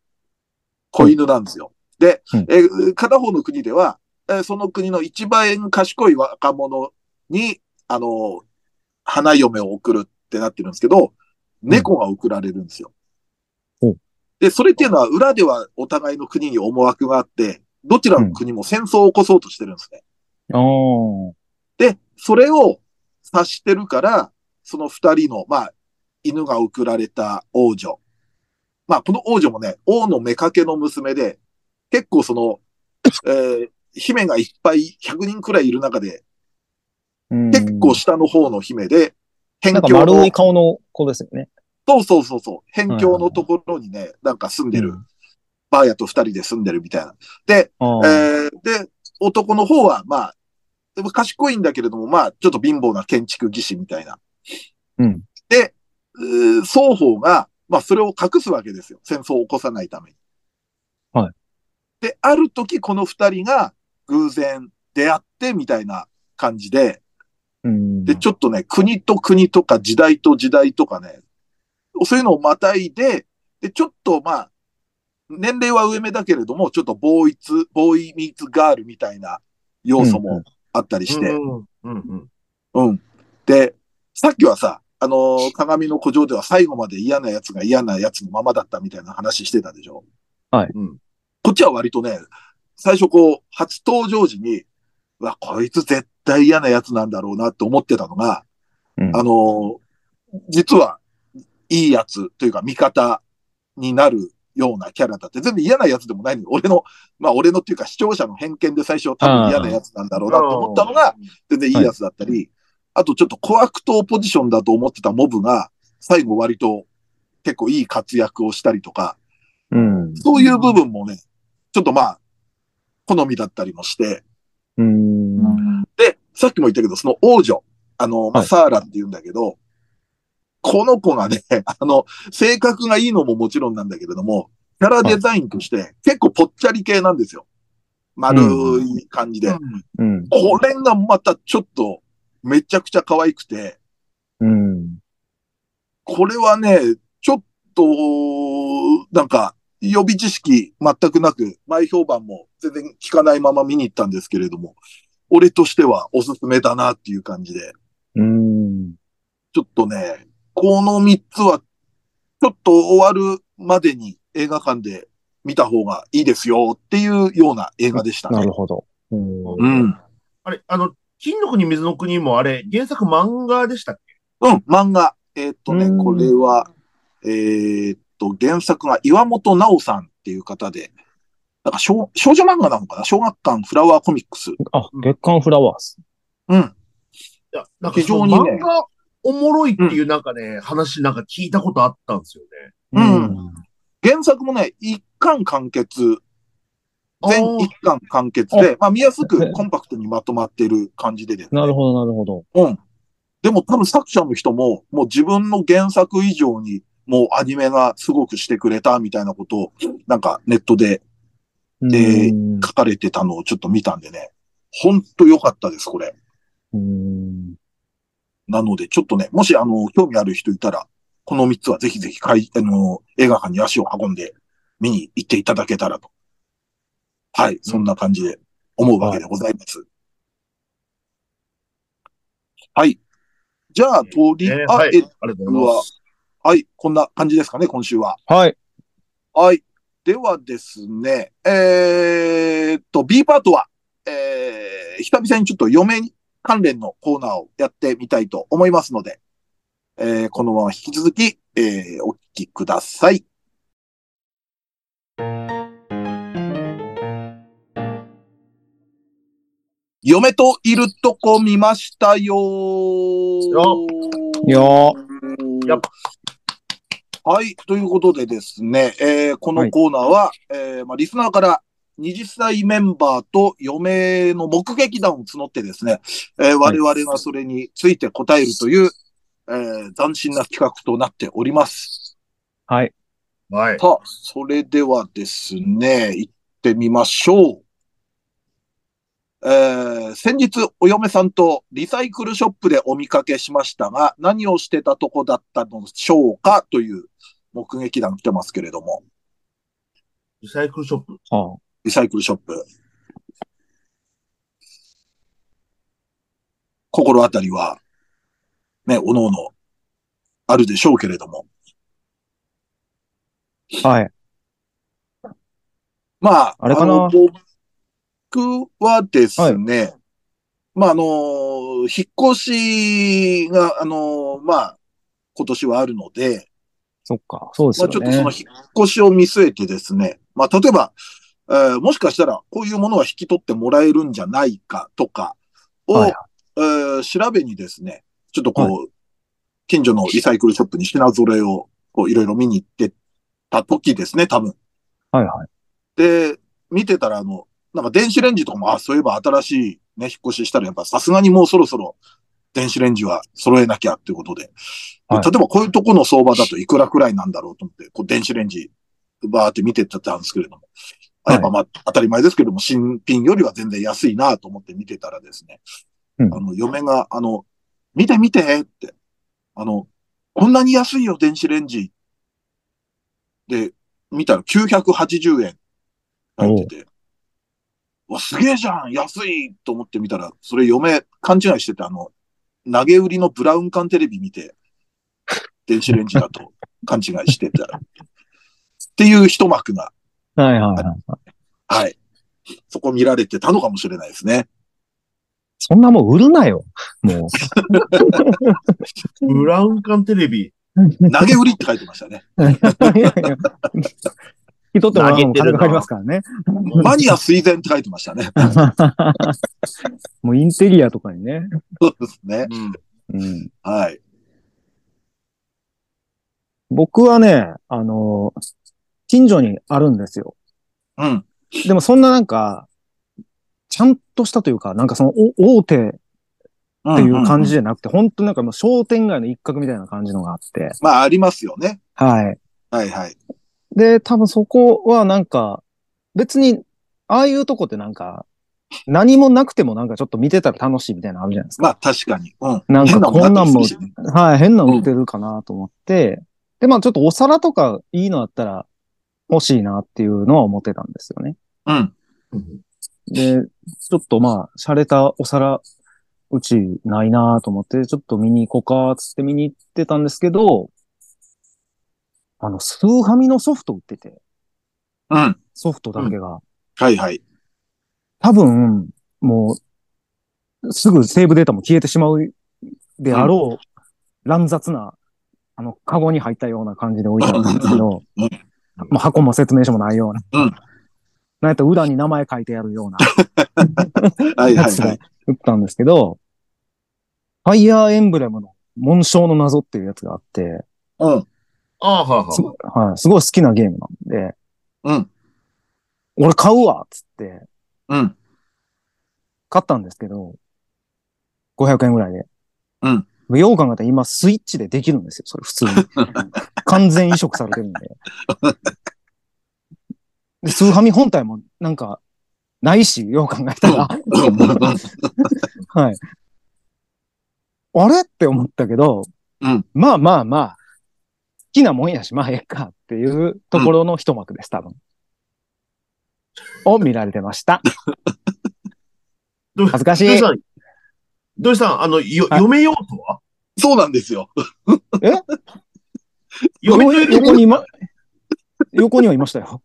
[SPEAKER 1] 子犬なんですよ。で、
[SPEAKER 2] うん
[SPEAKER 1] えー片方の国では、えーその国の一番賢い若者に、あのー花嫁を送るってなってるんですけど、猫が送られるんですよ。
[SPEAKER 2] ほう
[SPEAKER 1] で、それっていうのは裏ではお互いの国に思惑があって、どちらの国も戦争を起こそうとしてるんですね。
[SPEAKER 2] ああ。
[SPEAKER 1] で、それを察してるから、その二人の、まあ、犬が贈られた王女。まあ、この王女もね、王の妾の娘で、結構その、えー姫がいっぱい100人くらいいる中で、
[SPEAKER 2] うん
[SPEAKER 1] 結構下の方の姫で、辺
[SPEAKER 2] なんか
[SPEAKER 1] 境
[SPEAKER 2] 丸
[SPEAKER 1] の
[SPEAKER 2] い、顔の子ですよね。
[SPEAKER 1] そうそうそうそう、辺境のところにね、なんか住んでる、バーヤと二人で住んでるみたいな。で、
[SPEAKER 2] あ
[SPEAKER 1] え
[SPEAKER 2] あ
[SPEAKER 1] ーで、男の方は、まあ、でも賢いんだけれども、まあ、ちょっと貧乏な建築技師みたいな。
[SPEAKER 2] うん
[SPEAKER 1] で、うー双方が、まあ、それを隠すわけですよ。戦争を起こさないために。
[SPEAKER 2] はい。
[SPEAKER 1] で、ある時、この二人が偶然出会って、みたいな感じで、
[SPEAKER 2] うん
[SPEAKER 1] で、ちょっとね、国と国とか時代と時代とかね、そういうのをまたいで、で、ちょっとまあ、年齢は上目だけれども、ちょっとボーイツ、ボーイミーツガールみたいな要素もあったりして、うん、
[SPEAKER 3] うんうんうん
[SPEAKER 1] で、さっきはさ、あのー鏡の古城では最後まで嫌な奴が嫌な奴のままだったみたいな話してたでしょ
[SPEAKER 3] うん。
[SPEAKER 1] こっちは割とね、最初こう、初登場時に、うわ、こいつ絶対嫌な奴なんだろうなって思ってたのが、
[SPEAKER 2] うん
[SPEAKER 1] あのー実は、いいやつというか味方になるようなキャラだって、全部嫌なやつでもないのに、俺の、まあ俺のっていうか視聴者の偏見で最初多分嫌なやつなんだろうなと思ったのが、全然いいやつだったり、あとちょっと小悪党ポジションだと思ってたモブが、最後割と結構いい活躍をしたりとか、
[SPEAKER 2] うん。
[SPEAKER 1] そういう部分もね、ちょっとまあ、好みだったりもして、
[SPEAKER 2] うん。
[SPEAKER 1] で、さっきも言ったけど、その王女、あの、まあ
[SPEAKER 2] はい
[SPEAKER 1] サーラって言うんだけど、この子がね、 あの、性格がいいのももちろんなんだけれども、キャラデザインとして結構ぽっちゃり系なんですよ。丸い感じで。
[SPEAKER 2] うん。
[SPEAKER 1] これがまたちょっとめちゃくちゃ可愛くて、
[SPEAKER 2] うん。
[SPEAKER 1] これはね、ちょっと、なんか、予備知識全くなく、前評判も全然聞かないまま見に行ったんですけれども、俺としてはおすすめだなっていう感じで、
[SPEAKER 2] うん。
[SPEAKER 1] ちょっとね、この3つは、ちょっと終わるまでに映画館で見た方がいいですよっていうような映画でしたね。
[SPEAKER 2] なるほど。うん
[SPEAKER 3] う
[SPEAKER 1] うん。
[SPEAKER 3] あれ、あの、金の国水の国もあれ、原作漫画でしたっけ
[SPEAKER 1] うん、漫画。えーっとね
[SPEAKER 2] う、ん
[SPEAKER 1] これは、えーっと、原作が岩本直さんっていう方で、なんか少少女漫画なのかな小学館フラワーコミックス。
[SPEAKER 2] あ、月刊フラワーズ。
[SPEAKER 1] うん。
[SPEAKER 3] いや、なんか
[SPEAKER 1] 非常
[SPEAKER 3] そ
[SPEAKER 1] にね
[SPEAKER 3] の漫画おもろいっていうなんかね、話なんか聞いたことあったんですよ
[SPEAKER 1] う
[SPEAKER 3] ね。
[SPEAKER 1] ん原作もね、一巻完結、全
[SPEAKER 3] あー
[SPEAKER 1] 一巻完結で、まあ見やす くコンパクトにまとまってる感じでですね。
[SPEAKER 2] なるほど、なるほど。
[SPEAKER 1] うん。でも多分作者の人も、もう自分の原作以上に、もうアニメがすごくしてくれたみたいなことを、なんかネットでで
[SPEAKER 2] うん
[SPEAKER 1] 書かれてたのをちょっと見たんでね、ほんと良かったです、これ。
[SPEAKER 2] うん。
[SPEAKER 1] なので、ちょっとね、もし、あの、興味ある人いたら、この3つはぜひぜひ、かい、あの、映画館に足を運んで、見に行っていただけたらと。はい、そんな感じで思うわけでございます。はい。じゃあ、とり
[SPEAKER 3] ね
[SPEAKER 1] あ
[SPEAKER 3] はい。あ
[SPEAKER 1] え
[SPEAKER 3] り
[SPEAKER 1] ず
[SPEAKER 3] がとうござい
[SPEAKER 1] は
[SPEAKER 3] ます。、
[SPEAKER 1] はい、こんな感じですかね、今週は。
[SPEAKER 2] はい。
[SPEAKER 1] はい。ではですね、えーっと、B パートは、えー、久々にちょっと嫁関連のコーナーをやってみたいと思いますので、えーこのまま引き続き、えーお聞きください。嫁といるとこ見ましたよー
[SPEAKER 3] よ
[SPEAKER 2] よ
[SPEAKER 3] やっ
[SPEAKER 1] はい。ということでですね、えーこのコーナーは、えーまあ、リスナーから20歳メンバーと嫁の目撃談を募ってですね、えー
[SPEAKER 2] は
[SPEAKER 1] 我
[SPEAKER 2] い
[SPEAKER 1] 々がそれについて答えるという、えー斬新な企画となっております。
[SPEAKER 2] はい。
[SPEAKER 3] はい。
[SPEAKER 1] さあ、それではですね、行ってみましょう。えー先日お嫁さんとリサイクルショップでお見かけしましたが、何をしてたとこだったのでしょうかという目撃談来てますけれども、
[SPEAKER 3] リサイクルショップ。
[SPEAKER 2] は
[SPEAKER 1] リサイクルショップ。心当たりは、ね、おのおの、あるでしょうけれども。
[SPEAKER 2] あ、はい。
[SPEAKER 1] まあ、
[SPEAKER 2] あれかな
[SPEAKER 1] の僕はですね、まあ、あの、引っ越しが、あの、まあ、今年はあるので、
[SPEAKER 2] そっか、そうです
[SPEAKER 1] まあ、
[SPEAKER 2] よ
[SPEAKER 1] ちょっ
[SPEAKER 2] ね。
[SPEAKER 1] とその引っ越しを見据えてですね、まあ、例えば、えーもしかしたらこういうものは引き取ってもらえるんじゃないかとかを、
[SPEAKER 2] はい
[SPEAKER 1] えー調べにですね、ちょっとこう、近所のリサイクルショップに品揃えをこういろいろ見に行ってた時ですね、多分。
[SPEAKER 2] はいはい。
[SPEAKER 1] で、見てたらあの、なんか電子レンジとかも、あ、そういえば新しいね、引っ越ししたらやっぱさすがにもうそろそろ電子レンジは揃えなきゃっていうことで、で
[SPEAKER 2] はい
[SPEAKER 1] 例えばこういうとこの相場だといくらくらいなんだろうと思って、こう電子レンジバーって見てたんですけれども、あ
[SPEAKER 2] は
[SPEAKER 1] や
[SPEAKER 2] い
[SPEAKER 1] っぱまあ当たり前ですけれども、新品よりは全然安いなと思って見てたらですね、
[SPEAKER 2] うん
[SPEAKER 1] あの、嫁が、あの、見て見てって、あの、こんなに安いよ、電子レンジ。で、見たら980円入ってて、うわ、すげえじゃん安いと思ってみたら、それ嫁勘違いしてて、あの、投げ売りのブラウン管テレビ見 て、電子レンジだと勘違いしてた。っていう一幕が、
[SPEAKER 2] はいはいはい。
[SPEAKER 1] はい。そこ見られてたのかもしれないです ね。
[SPEAKER 2] そんなもう売るなよ。もう。
[SPEAKER 3] ブラウン管テレビ。
[SPEAKER 1] 投げ売りって書いてましたね。
[SPEAKER 2] いやいや引き取ってもらうのも金かかりますからね。
[SPEAKER 1] マニア垂涎って書いてましたね。
[SPEAKER 2] もうインテリアとかにね。
[SPEAKER 1] そうですね。
[SPEAKER 3] うん。
[SPEAKER 2] うん、
[SPEAKER 1] はい。
[SPEAKER 2] 僕はね、あの、近所にあるんですよ。
[SPEAKER 1] うん。
[SPEAKER 2] でもそんななんか、ちゃんとしたというか、なんかそのお大手っていう
[SPEAKER 1] んん
[SPEAKER 2] 感じ
[SPEAKER 1] ん。
[SPEAKER 2] じゃなくて、本当になんかもう商店街の一角みたいな感じのがあって。
[SPEAKER 1] まあ、ありますよね。
[SPEAKER 2] はい。
[SPEAKER 1] はいはい。
[SPEAKER 2] で、多分そこはなんか、別に、ああいうとこってなんか、何もなくてもなんかちょっと見てたら楽しいみたいなのあるじゃないですか。
[SPEAKER 1] まあ、確かに。うん。
[SPEAKER 2] なんか
[SPEAKER 1] 変も
[SPEAKER 2] こんなんも
[SPEAKER 1] あったりするしね
[SPEAKER 2] はい、変なの売ってるかなと思って、で、まあちょっとお皿とかいいのあったら欲しいなっていうのは思ってたんですよね。
[SPEAKER 1] うん。
[SPEAKER 2] で、ちょっとまあ、洒落たお皿、うちないなと思って、ちょっと見に行こうか、つって見に行ってたんですけど、あの、スーハミのソフト売ってて、
[SPEAKER 1] うん。
[SPEAKER 2] ソフトだけが。
[SPEAKER 1] はいはい。
[SPEAKER 2] 多分、もう、すぐセーブデータも消えてしまうであろう、乱雑な、あの、カゴに入ったような感じで置いてあるんですけど、
[SPEAKER 1] うんうん
[SPEAKER 2] もう箱も説明書もないような。
[SPEAKER 1] うん
[SPEAKER 2] なんやったら裏に名前書いてあるような
[SPEAKER 1] はい
[SPEAKER 2] や
[SPEAKER 1] はい
[SPEAKER 2] つ
[SPEAKER 1] は
[SPEAKER 2] が
[SPEAKER 1] い。
[SPEAKER 2] 打ったんですけど、ファイヤーエンブレムの紋章の謎っていうやつがあって、
[SPEAKER 1] うん。
[SPEAKER 3] ああー、はあ、は
[SPEAKER 2] す,、はい、すごい好きなゲームなんで、
[SPEAKER 1] うん。
[SPEAKER 2] 俺買うわっつって
[SPEAKER 1] うん。
[SPEAKER 2] 買ったんですけど、500円ぐらいで。
[SPEAKER 1] うん。
[SPEAKER 2] よう考えたら今スイッチでできるんですよ、それ 普通に。完全移植されてるんで。で、スーハミ本体もなんか、ないし、よう考えたら。はい。あれって思ったけど、
[SPEAKER 1] うん
[SPEAKER 2] まあまあまあ、好きなもんやし、まあええかっていうところの一幕です、多分。を見られてました。
[SPEAKER 3] どう
[SPEAKER 2] 恥ずかしい
[SPEAKER 3] どうしたんどうしたんあの、よ、
[SPEAKER 2] はい
[SPEAKER 3] 嫁用途は
[SPEAKER 1] そうなんですよ。
[SPEAKER 3] 嫁という
[SPEAKER 2] 横にいま、横にはいましたよ。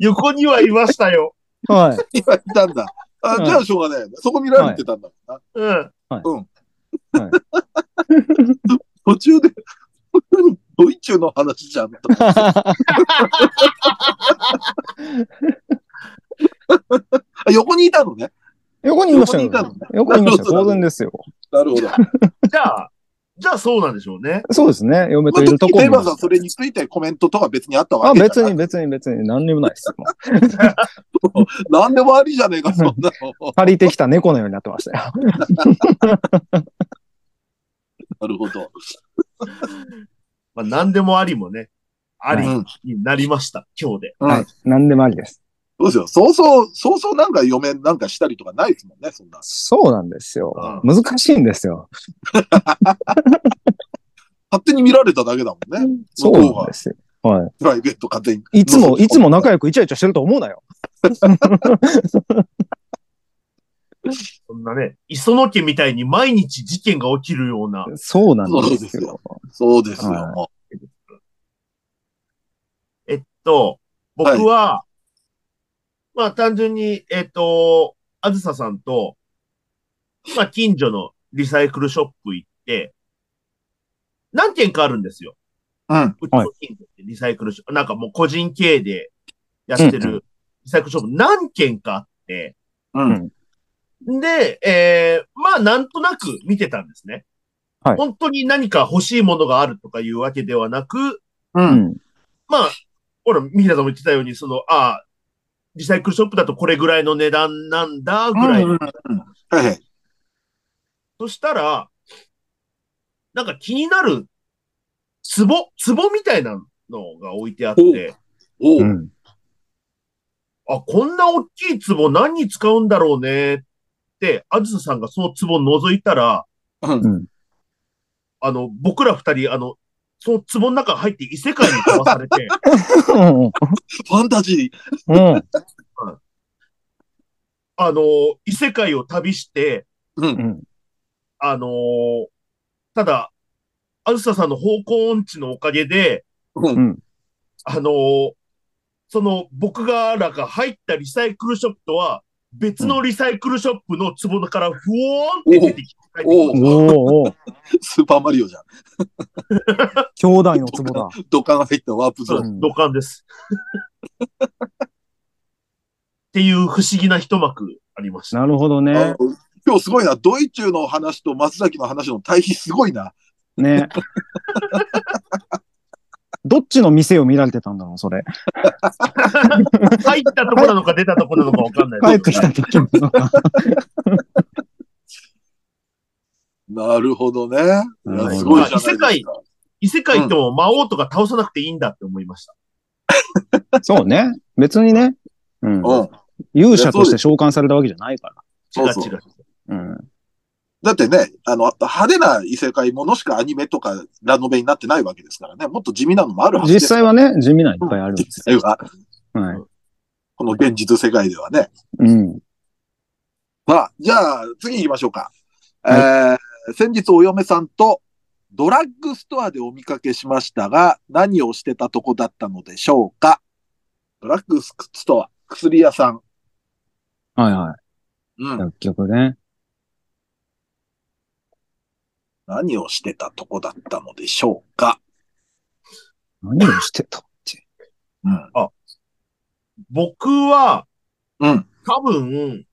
[SPEAKER 3] 横にはいましたよ。
[SPEAKER 2] はい。
[SPEAKER 1] 言われたんだ。あ、じゃあしょうがないよね。そこ見られてたんだもんな。
[SPEAKER 3] うん。
[SPEAKER 1] 途中で、 ドイツの話じゃんと。あ横にいたのね。
[SPEAKER 2] 横にいました
[SPEAKER 1] 横にいた
[SPEAKER 2] よ
[SPEAKER 1] のね。
[SPEAKER 2] 横にいまし
[SPEAKER 1] なる
[SPEAKER 2] たよ。
[SPEAKER 1] ほど
[SPEAKER 2] 当然ですよ。
[SPEAKER 1] なるほど。
[SPEAKER 3] じゃあ、じゃあそうなんでしょうね。
[SPEAKER 2] そうですね。嫁
[SPEAKER 1] そ
[SPEAKER 2] とい
[SPEAKER 1] の
[SPEAKER 2] ると
[SPEAKER 1] 時、
[SPEAKER 2] こ
[SPEAKER 1] テ
[SPEAKER 2] に
[SPEAKER 1] ーマさん、それについてコメントとか別にあったわ
[SPEAKER 2] あ、
[SPEAKER 1] けじゃ
[SPEAKER 2] 別
[SPEAKER 1] な
[SPEAKER 2] に
[SPEAKER 1] い。
[SPEAKER 2] 別に別に何にもないです。もう
[SPEAKER 1] 何でもありじゃねえか、そん なの。
[SPEAKER 2] 借りてきた猫のようになってましたよ。
[SPEAKER 1] なるほど。
[SPEAKER 3] まあ、何でもありもね、あり
[SPEAKER 1] うん
[SPEAKER 3] になりました、今日で。
[SPEAKER 1] うん
[SPEAKER 2] はい。何でもありです。
[SPEAKER 1] そうですよ。そうそう、そうそうなんか嫁なんかしたりとかないですもんね、そんな。
[SPEAKER 2] そうなんですよ。難しいんですよ。
[SPEAKER 1] 勝手に見られただけだもんね。
[SPEAKER 2] そうなんですよ。は
[SPEAKER 1] プライベート勝手に。
[SPEAKER 2] い。いつも、いつも
[SPEAKER 1] 仲
[SPEAKER 2] 仲良くイチャイチャしてると思うなよ。
[SPEAKER 3] そんなね、磯野家みたいに毎日事件が起きるような。
[SPEAKER 2] そうなんで
[SPEAKER 1] そう
[SPEAKER 2] す
[SPEAKER 1] ですよ
[SPEAKER 2] よ。
[SPEAKER 1] そうですよ。
[SPEAKER 2] はい
[SPEAKER 1] も
[SPEAKER 3] えっと、僕は、まあ単純に、えっと、あずささんと、まあ近所のリサイクルショップ行って、何軒かあるんですよ。
[SPEAKER 1] うん。
[SPEAKER 3] うちの近所ってリサイクルショップ、なんかもう個人経営でやって
[SPEAKER 2] うん
[SPEAKER 3] るリサイクルショップ何軒かあって、
[SPEAKER 1] うん。
[SPEAKER 3] で、えー、まあなんとなく見てたんですね。
[SPEAKER 2] はい
[SPEAKER 3] 本当に何か欲しいものがあるとかいうわけではなく、
[SPEAKER 1] う。
[SPEAKER 2] うんん。
[SPEAKER 3] まあ、ほら、ミヒさんも言ってたように、その、ああ、リサイクルショップだとこれぐらいの値段なんだ、ぐらいの。
[SPEAKER 1] うんはいはい。
[SPEAKER 3] そしたら、なんか気になる、壺、壺みたいなのが置いてあって、
[SPEAKER 1] おう。
[SPEAKER 2] うん。
[SPEAKER 3] あ、こんな大きい壺何に使うんだろうねって、あずささんがその壺を覗いたら、
[SPEAKER 1] うん
[SPEAKER 3] あの、僕ら二人、あの、その壺の中入って異世界に飛ばされ て、
[SPEAKER 1] ファンタジー。
[SPEAKER 2] うん。
[SPEAKER 3] あの、異世界を旅して、
[SPEAKER 1] うん。
[SPEAKER 2] うん。
[SPEAKER 3] あのーただ、あずささんの方向音痴のおかげで、
[SPEAKER 1] うん。
[SPEAKER 3] あのーその僕がらが入ったリサイクルショップとは、別のリサイクルショップの壺からふおーんって出てきて、
[SPEAKER 1] おう。
[SPEAKER 2] おーおー
[SPEAKER 1] スーパーマリオじゃん。
[SPEAKER 2] 兄弟のツボだ。
[SPEAKER 1] ドカン入ったワープゾー
[SPEAKER 2] う
[SPEAKER 1] ン。
[SPEAKER 2] ん
[SPEAKER 3] 土管です。っていう不思議な一幕ありました。
[SPEAKER 2] なるほど
[SPEAKER 1] あ
[SPEAKER 2] ね。
[SPEAKER 1] の今日すごいな。ドイチューの話と松崎の話の対比すごいな。
[SPEAKER 2] ね。どっちの店を見られてたんだろう、それ。
[SPEAKER 3] 入ったとこなのか出たとこなのかわかんない
[SPEAKER 2] 帰っ
[SPEAKER 3] です
[SPEAKER 2] てきた時のなんか。
[SPEAKER 1] なるほどね。い
[SPEAKER 2] なる
[SPEAKER 1] や
[SPEAKER 2] ほど
[SPEAKER 1] すごいじゃないですか。
[SPEAKER 3] 異世界行っても魔王とか倒さなくていいんだって思いました。
[SPEAKER 2] そうね。別にね。うん。
[SPEAKER 1] うん。
[SPEAKER 2] 勇者として召喚されたわけじゃないか
[SPEAKER 3] チ
[SPEAKER 1] そう
[SPEAKER 3] ラ
[SPEAKER 1] そう
[SPEAKER 3] チラ。
[SPEAKER 2] ら。うん。
[SPEAKER 1] だってね、あの、派手な異世界ものしかアニメとかラノベになってないわけですからね。もっと地味なのもあるはずで
[SPEAKER 2] 実
[SPEAKER 1] す。
[SPEAKER 2] 際はね、地味ないっぱいあるんです
[SPEAKER 1] 実際は。
[SPEAKER 2] よ。はい。
[SPEAKER 1] この現実世界ではね。
[SPEAKER 2] うん。
[SPEAKER 1] まあ、じゃあ、次行きましょうか。
[SPEAKER 2] は
[SPEAKER 1] えー、先日お嫁さんとドラッグストアでお見かけしましたが、何をしてたとこだったのでしょうかドラッグストア、薬屋さん。
[SPEAKER 2] はいは
[SPEAKER 1] う
[SPEAKER 2] い。
[SPEAKER 1] ん。
[SPEAKER 2] 薬局ね。
[SPEAKER 1] 何をしてたとこだったのでしょうか
[SPEAKER 2] 何をしてたって。
[SPEAKER 1] うん。
[SPEAKER 3] 僕は、
[SPEAKER 1] うん。
[SPEAKER 3] 多分、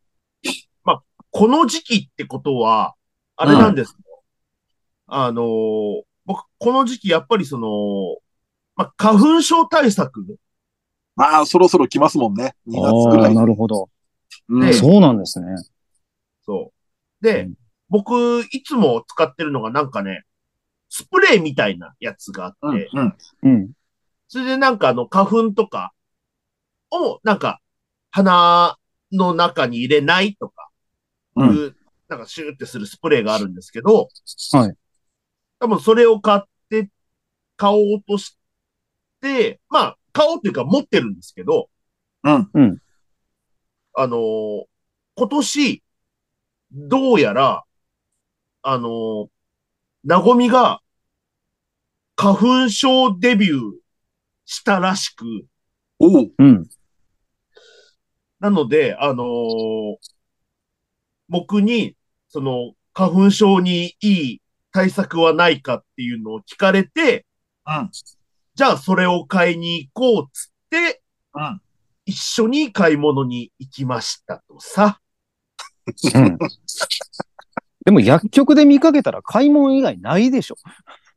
[SPEAKER 3] まあ、この時期ってことは、あれなんですよ、あのー僕、この時期やっぱりその、まあ、花粉症対策で、
[SPEAKER 1] まあ、そろそろ来ますもんね。2月く
[SPEAKER 2] あ
[SPEAKER 1] ら
[SPEAKER 2] あ、
[SPEAKER 1] い。
[SPEAKER 2] なるほど。
[SPEAKER 1] う
[SPEAKER 3] ええ
[SPEAKER 1] ん。
[SPEAKER 2] そうなんですね。
[SPEAKER 3] そう。で、
[SPEAKER 2] うん
[SPEAKER 3] 僕、いつも使ってるのがなんかね、スプレーみたいなやつがあって、
[SPEAKER 1] うん。うん。
[SPEAKER 2] うん。
[SPEAKER 3] それでなんかあの、花粉とかを、なんか、鼻の中に入れないとか、いうう、
[SPEAKER 1] ん
[SPEAKER 3] なんかシューってするスプレーがあるんですけど、
[SPEAKER 2] はい。
[SPEAKER 3] 多分それを買って、買おうとして、まあ、買おうというか持ってるんですけど、
[SPEAKER 1] うん。
[SPEAKER 3] あのー今年、どうやら、あのーなごみが、花粉症デビューしたらしく、
[SPEAKER 1] おう。
[SPEAKER 2] うん。
[SPEAKER 3] なので、あのー僕に、その、花粉症にいい対策はないかっていうのを聞かれて、
[SPEAKER 1] うん。
[SPEAKER 3] じゃあそれを買いに行こうっつって、
[SPEAKER 1] うん。
[SPEAKER 3] 一緒に買い物に行きましたとさ。
[SPEAKER 2] うん。 でも薬局で見かけたら買い物以外ないでしょ。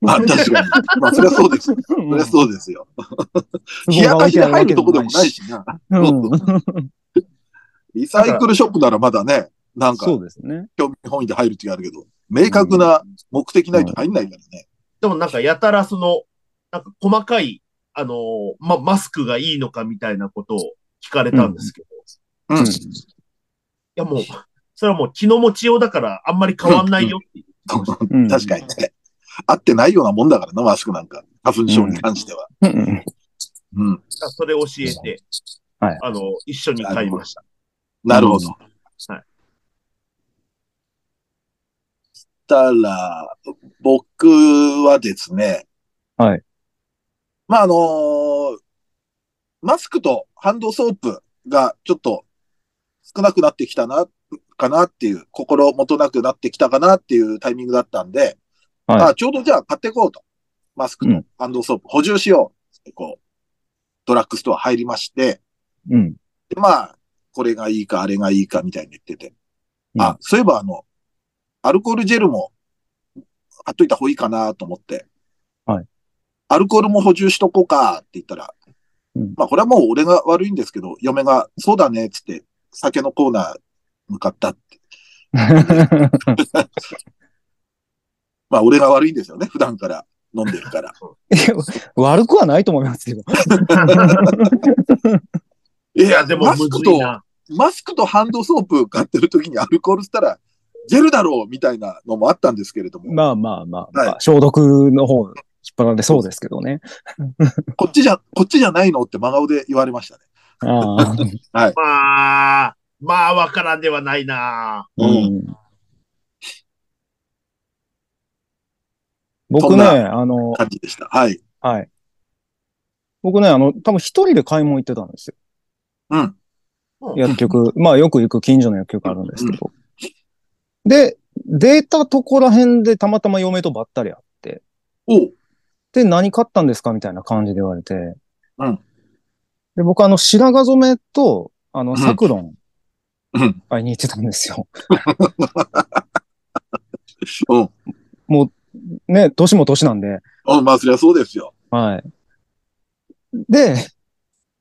[SPEAKER 1] まあ、確かに。まあ、そりゃそうです。そりゃそうですよ。冷やかしで入るとこでもない。しな。
[SPEAKER 2] うん
[SPEAKER 1] リサイクルショップならまだね、なんか
[SPEAKER 2] そうですね。
[SPEAKER 1] 興味本位で入るってあるけど、明確な目的ないと入んないからね。
[SPEAKER 3] でもなんかやたらその、なんか細かい、あのーま、マスクがいいのかみたいなことを聞かれたんですけど、
[SPEAKER 1] うん。
[SPEAKER 3] いやもう、それはもう気の持ちようだからあんまり変わんないよって言ってました。
[SPEAKER 2] うん
[SPEAKER 1] 確かにね。合ってないようなもんだからな、マスクなんか。花粉症に関しては。
[SPEAKER 2] うんうん
[SPEAKER 1] うん。
[SPEAKER 3] あそれ教えて、
[SPEAKER 2] はい
[SPEAKER 3] あの、一緒に買いました。
[SPEAKER 1] なるほど。
[SPEAKER 3] はい
[SPEAKER 1] したら、僕はですね。
[SPEAKER 2] はい。
[SPEAKER 1] まあ、あのーマスクとハンドソープがちょっと少なくなってきたな、かなっていう、心もとなくなってきたかなっていうタイミングだったんで、
[SPEAKER 2] はい
[SPEAKER 1] あちょうどじゃあ買っていこうと。マスク
[SPEAKER 2] う
[SPEAKER 1] と
[SPEAKER 2] ん
[SPEAKER 1] ハンドソープ補充しようってこう、ドラッグストア入りまして、
[SPEAKER 2] うん。
[SPEAKER 1] でまあ、これがいいか、あれがいいかみたいに言ってて。
[SPEAKER 2] うん
[SPEAKER 1] あ、そういえばあの、アルコールジェルも買っといた方がいいかなと思って。
[SPEAKER 2] はい。
[SPEAKER 1] アルコールも補充しとこうかって言ったら、
[SPEAKER 2] うん
[SPEAKER 1] まあこれはもう俺が悪いんですけど、嫁が、そうだねっつって酒のコーナー向かったって。まあ俺が悪いんですよね、普段から飲んでるから。
[SPEAKER 2] いや 悪くはないと思いますよ。
[SPEAKER 1] い
[SPEAKER 3] いや、 でも、
[SPEAKER 1] マ
[SPEAKER 3] むず
[SPEAKER 1] スク
[SPEAKER 3] い
[SPEAKER 1] と、
[SPEAKER 3] な。
[SPEAKER 1] マスクとハンドソープ買ってる時にアルコールしたら、ジェルだろうみたいなのもあったんですけれども、
[SPEAKER 2] まあまあまあ、まあ
[SPEAKER 1] はい
[SPEAKER 2] 消毒の方引っ張られそうですけど ね。
[SPEAKER 1] こっちじゃ、こっちじゃないのって真顔で言われましたね。
[SPEAKER 2] ああ。
[SPEAKER 3] まあ、まあ、わからんではないな。
[SPEAKER 1] うんそ
[SPEAKER 2] 僕
[SPEAKER 1] ん
[SPEAKER 2] ね、
[SPEAKER 1] な
[SPEAKER 2] あの、
[SPEAKER 1] 感じでした。はい。
[SPEAKER 2] はい。僕ね、あの、多分一人で買い物行ってたんですよ。
[SPEAKER 1] うん。
[SPEAKER 2] 薬局。まあよく行く近所の薬局あるんですけど。で、出たとこら辺でたまたま嫁とばったり会って、
[SPEAKER 1] おう
[SPEAKER 2] で、何買ったんですかみたいな感じで言われて。
[SPEAKER 1] うん
[SPEAKER 2] で、僕あの、白髪染めと、あの、
[SPEAKER 1] ん
[SPEAKER 2] サクロン
[SPEAKER 1] うん。
[SPEAKER 2] 買いに行ってたんですよ。
[SPEAKER 1] うん。
[SPEAKER 2] ね、年も年なんで。
[SPEAKER 1] うん、まあ、そりゃそうですよ。
[SPEAKER 2] はい。で、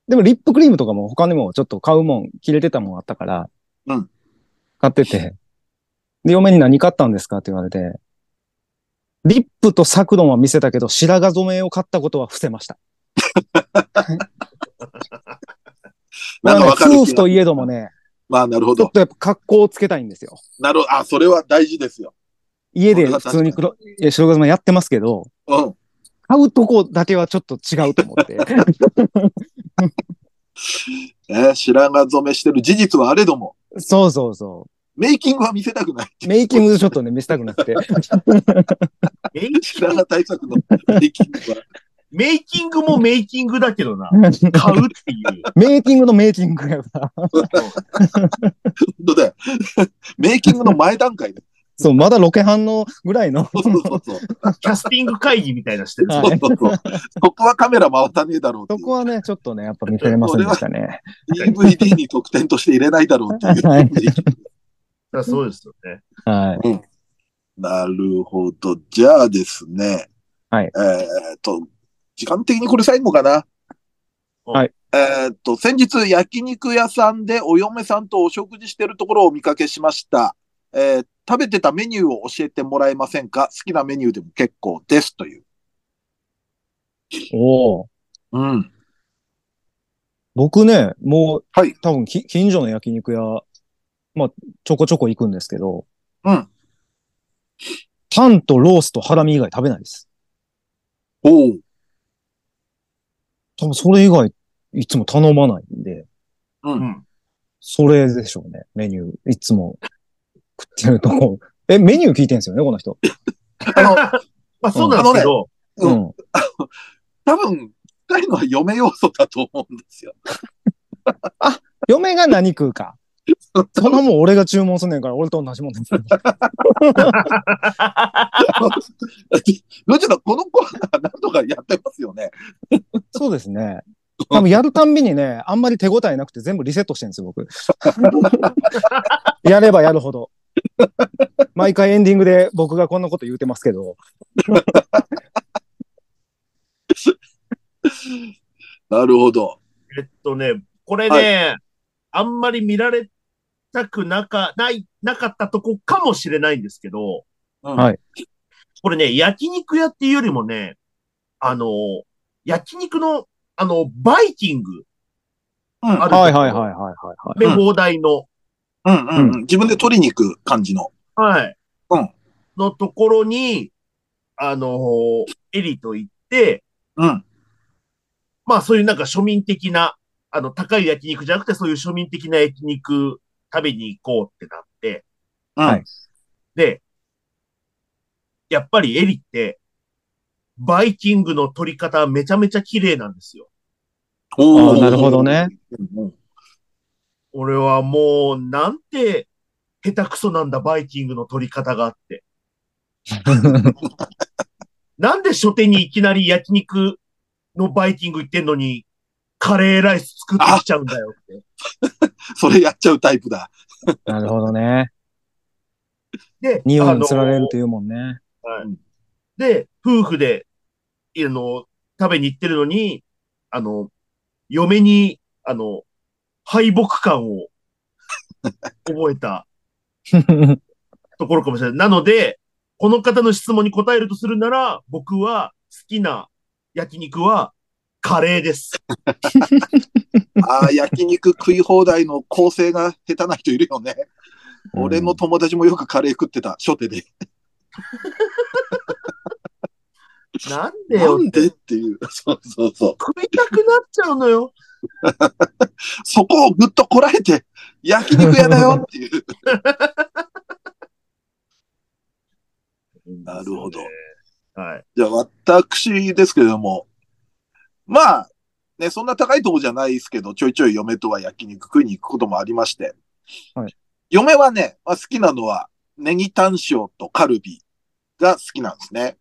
[SPEAKER 2] でもリップクリームとかも他にもちょっと買うもん、切れてたもんあったから、
[SPEAKER 1] うん
[SPEAKER 2] 買ってて、で、嫁に何買ったんですかって言われて、リップとサクロンは見せたけど、白髪染めを買ったことは伏せました。
[SPEAKER 1] なんかわかる気
[SPEAKER 2] まあね
[SPEAKER 1] が
[SPEAKER 2] 夫婦といえどもね、
[SPEAKER 1] まあ、なるほ
[SPEAKER 2] ちょっ
[SPEAKER 1] ど。
[SPEAKER 2] とやっぱ格好をつけたいんですよ。
[SPEAKER 1] なるほど。あ、それは大事ですよ。
[SPEAKER 2] 家で普通に黒いや白髪染めやってますけど、
[SPEAKER 1] うん。
[SPEAKER 2] 買うとこだけはちょっと違うと思 って。
[SPEAKER 1] えー白髪染めしてる事実はあれども、
[SPEAKER 2] そうそうそ
[SPEAKER 1] メイキングは見せたくないって
[SPEAKER 2] う。
[SPEAKER 1] いう。
[SPEAKER 2] メ イキングちょっとね、見せたくなくて。
[SPEAKER 3] メイキン
[SPEAKER 1] 白
[SPEAKER 3] グ
[SPEAKER 1] 髪対策のメイキングは。
[SPEAKER 3] メイキングもメイキングだけどな。買うっていう。
[SPEAKER 2] メイキングのメイキングやから。
[SPEAKER 1] 本当だよ。 メイキングの前段階で。
[SPEAKER 2] そう、まだロケ班のぐらいの。
[SPEAKER 1] そうそうそうそう。
[SPEAKER 3] キャスティング会議みたいなしてる。
[SPEAKER 2] は
[SPEAKER 1] そ
[SPEAKER 2] いう
[SPEAKER 1] そうそう。ここはカメラ回さねえだろうって
[SPEAKER 2] そ
[SPEAKER 1] い
[SPEAKER 2] こはね、ちょっとね、やっぱ見せれませんでしたね。
[SPEAKER 1] う。DVD に特典として入れないだろうっていう。
[SPEAKER 2] はい
[SPEAKER 3] だからそうですよね。
[SPEAKER 2] はい。
[SPEAKER 1] なるほど。じゃあですね。
[SPEAKER 2] はい
[SPEAKER 1] えーっと、時間的にこれ最後かな。
[SPEAKER 2] はい。
[SPEAKER 1] えーっと、先日焼肉屋さんでお嫁さんとお食事してるところをお見かけしました。えー食べてたメニューを教えてもらえませんか好きなメニューでも結構ですという。
[SPEAKER 2] おお。
[SPEAKER 1] うん。
[SPEAKER 2] 僕ね、もう、
[SPEAKER 1] はい
[SPEAKER 2] 多分き、近所の焼肉屋、まあ、ちょこちょこ行くんですけど、
[SPEAKER 1] うん。
[SPEAKER 2] パンとロースとハラミ以外食べないです。
[SPEAKER 1] おう。
[SPEAKER 2] 多分それ以外、いつも頼まないんで、
[SPEAKER 3] うん。
[SPEAKER 2] それでしょうね、メニュー。いつも食ってるとこ。え、メニュー聞いてんすよね、この人。
[SPEAKER 1] あの、
[SPEAKER 3] まあそうなんですけど、
[SPEAKER 1] うん
[SPEAKER 2] ん。
[SPEAKER 1] 多分、深いのは嫁要素だと思うんですよ。
[SPEAKER 2] 嫁が何食うか。そんなもん俺が注文すんねんから、俺と同じもんです。
[SPEAKER 1] どちらこのコーナー何とかやってますよね。
[SPEAKER 2] そうですね。多分やるたんびにね、あんまり手応えなくて全部リセットしてるんですよ、僕。 やればやるほど。毎回エンディングで僕がこんなこと言うてますけど。
[SPEAKER 1] なるほど。
[SPEAKER 3] えっとね、これね、
[SPEAKER 1] は
[SPEAKER 3] あんまり見られたくなか、ない、なかったとこかもしれないんですけど、
[SPEAKER 1] うん
[SPEAKER 2] はい
[SPEAKER 3] これね、焼肉屋っていうよりもね、あの、焼肉の、あの、バイキング、
[SPEAKER 1] うん
[SPEAKER 3] ある
[SPEAKER 2] はいはいはいはいはいはい。
[SPEAKER 3] 食べ放題の、
[SPEAKER 1] うんうんうん。自分で取りに行く感じの。
[SPEAKER 3] はい。
[SPEAKER 1] うん
[SPEAKER 3] のところに、あの、エリと行って、
[SPEAKER 1] うん。
[SPEAKER 3] まあそういうなんか庶民的な、あの、高い焼肉じゃなくて、そういう庶民的な焼肉食べに行こうってなって、
[SPEAKER 1] うん
[SPEAKER 2] はい
[SPEAKER 3] で、やっぱりエリって、バイキングの取り方めちゃめちゃ綺麗なんですよ。
[SPEAKER 1] おー
[SPEAKER 2] あーなるほどね。
[SPEAKER 1] うんうん
[SPEAKER 3] 俺はもう、なんて、下手くそなんだバイキングの取り方があ って。なんで初手にいきなり焼肉のバイキング行ってんのに、カレーライス作ってきちゃうんだよって。
[SPEAKER 1] それやっちゃうタイプだ。
[SPEAKER 2] なるほどね。
[SPEAKER 3] で、
[SPEAKER 2] 匂
[SPEAKER 3] あ
[SPEAKER 2] い
[SPEAKER 3] の
[SPEAKER 2] に釣られるというもん ね。
[SPEAKER 3] で、夫婦で、あの、食べに行ってるのに、あの、嫁に、あの、敗北感を覚えたところかもしれない。なので、この方の質問に答えるとするなら、僕は好きな焼肉はカレーです。
[SPEAKER 1] ああ、焼肉食い放題の構成が下手な人いるよね。俺の友達もよくカレー食ってた、初手で。
[SPEAKER 3] なんで
[SPEAKER 1] な
[SPEAKER 3] よ。
[SPEAKER 1] んでっていう。そうそうそう。
[SPEAKER 3] 食いたくなっちゃうのよ。
[SPEAKER 1] そこをぐっとこらえて、焼肉屋だよっていう。なるほど。
[SPEAKER 3] はい。
[SPEAKER 1] じゃあ、私ですけれども、まあ、ね、そんな高いとこじゃないですけど、ちょいちょい嫁とは焼肉食いに行くこともありまして、
[SPEAKER 2] はい
[SPEAKER 1] 嫁はね、まあ、好きなのは、ネギタン塩とカルビが好きなんですね。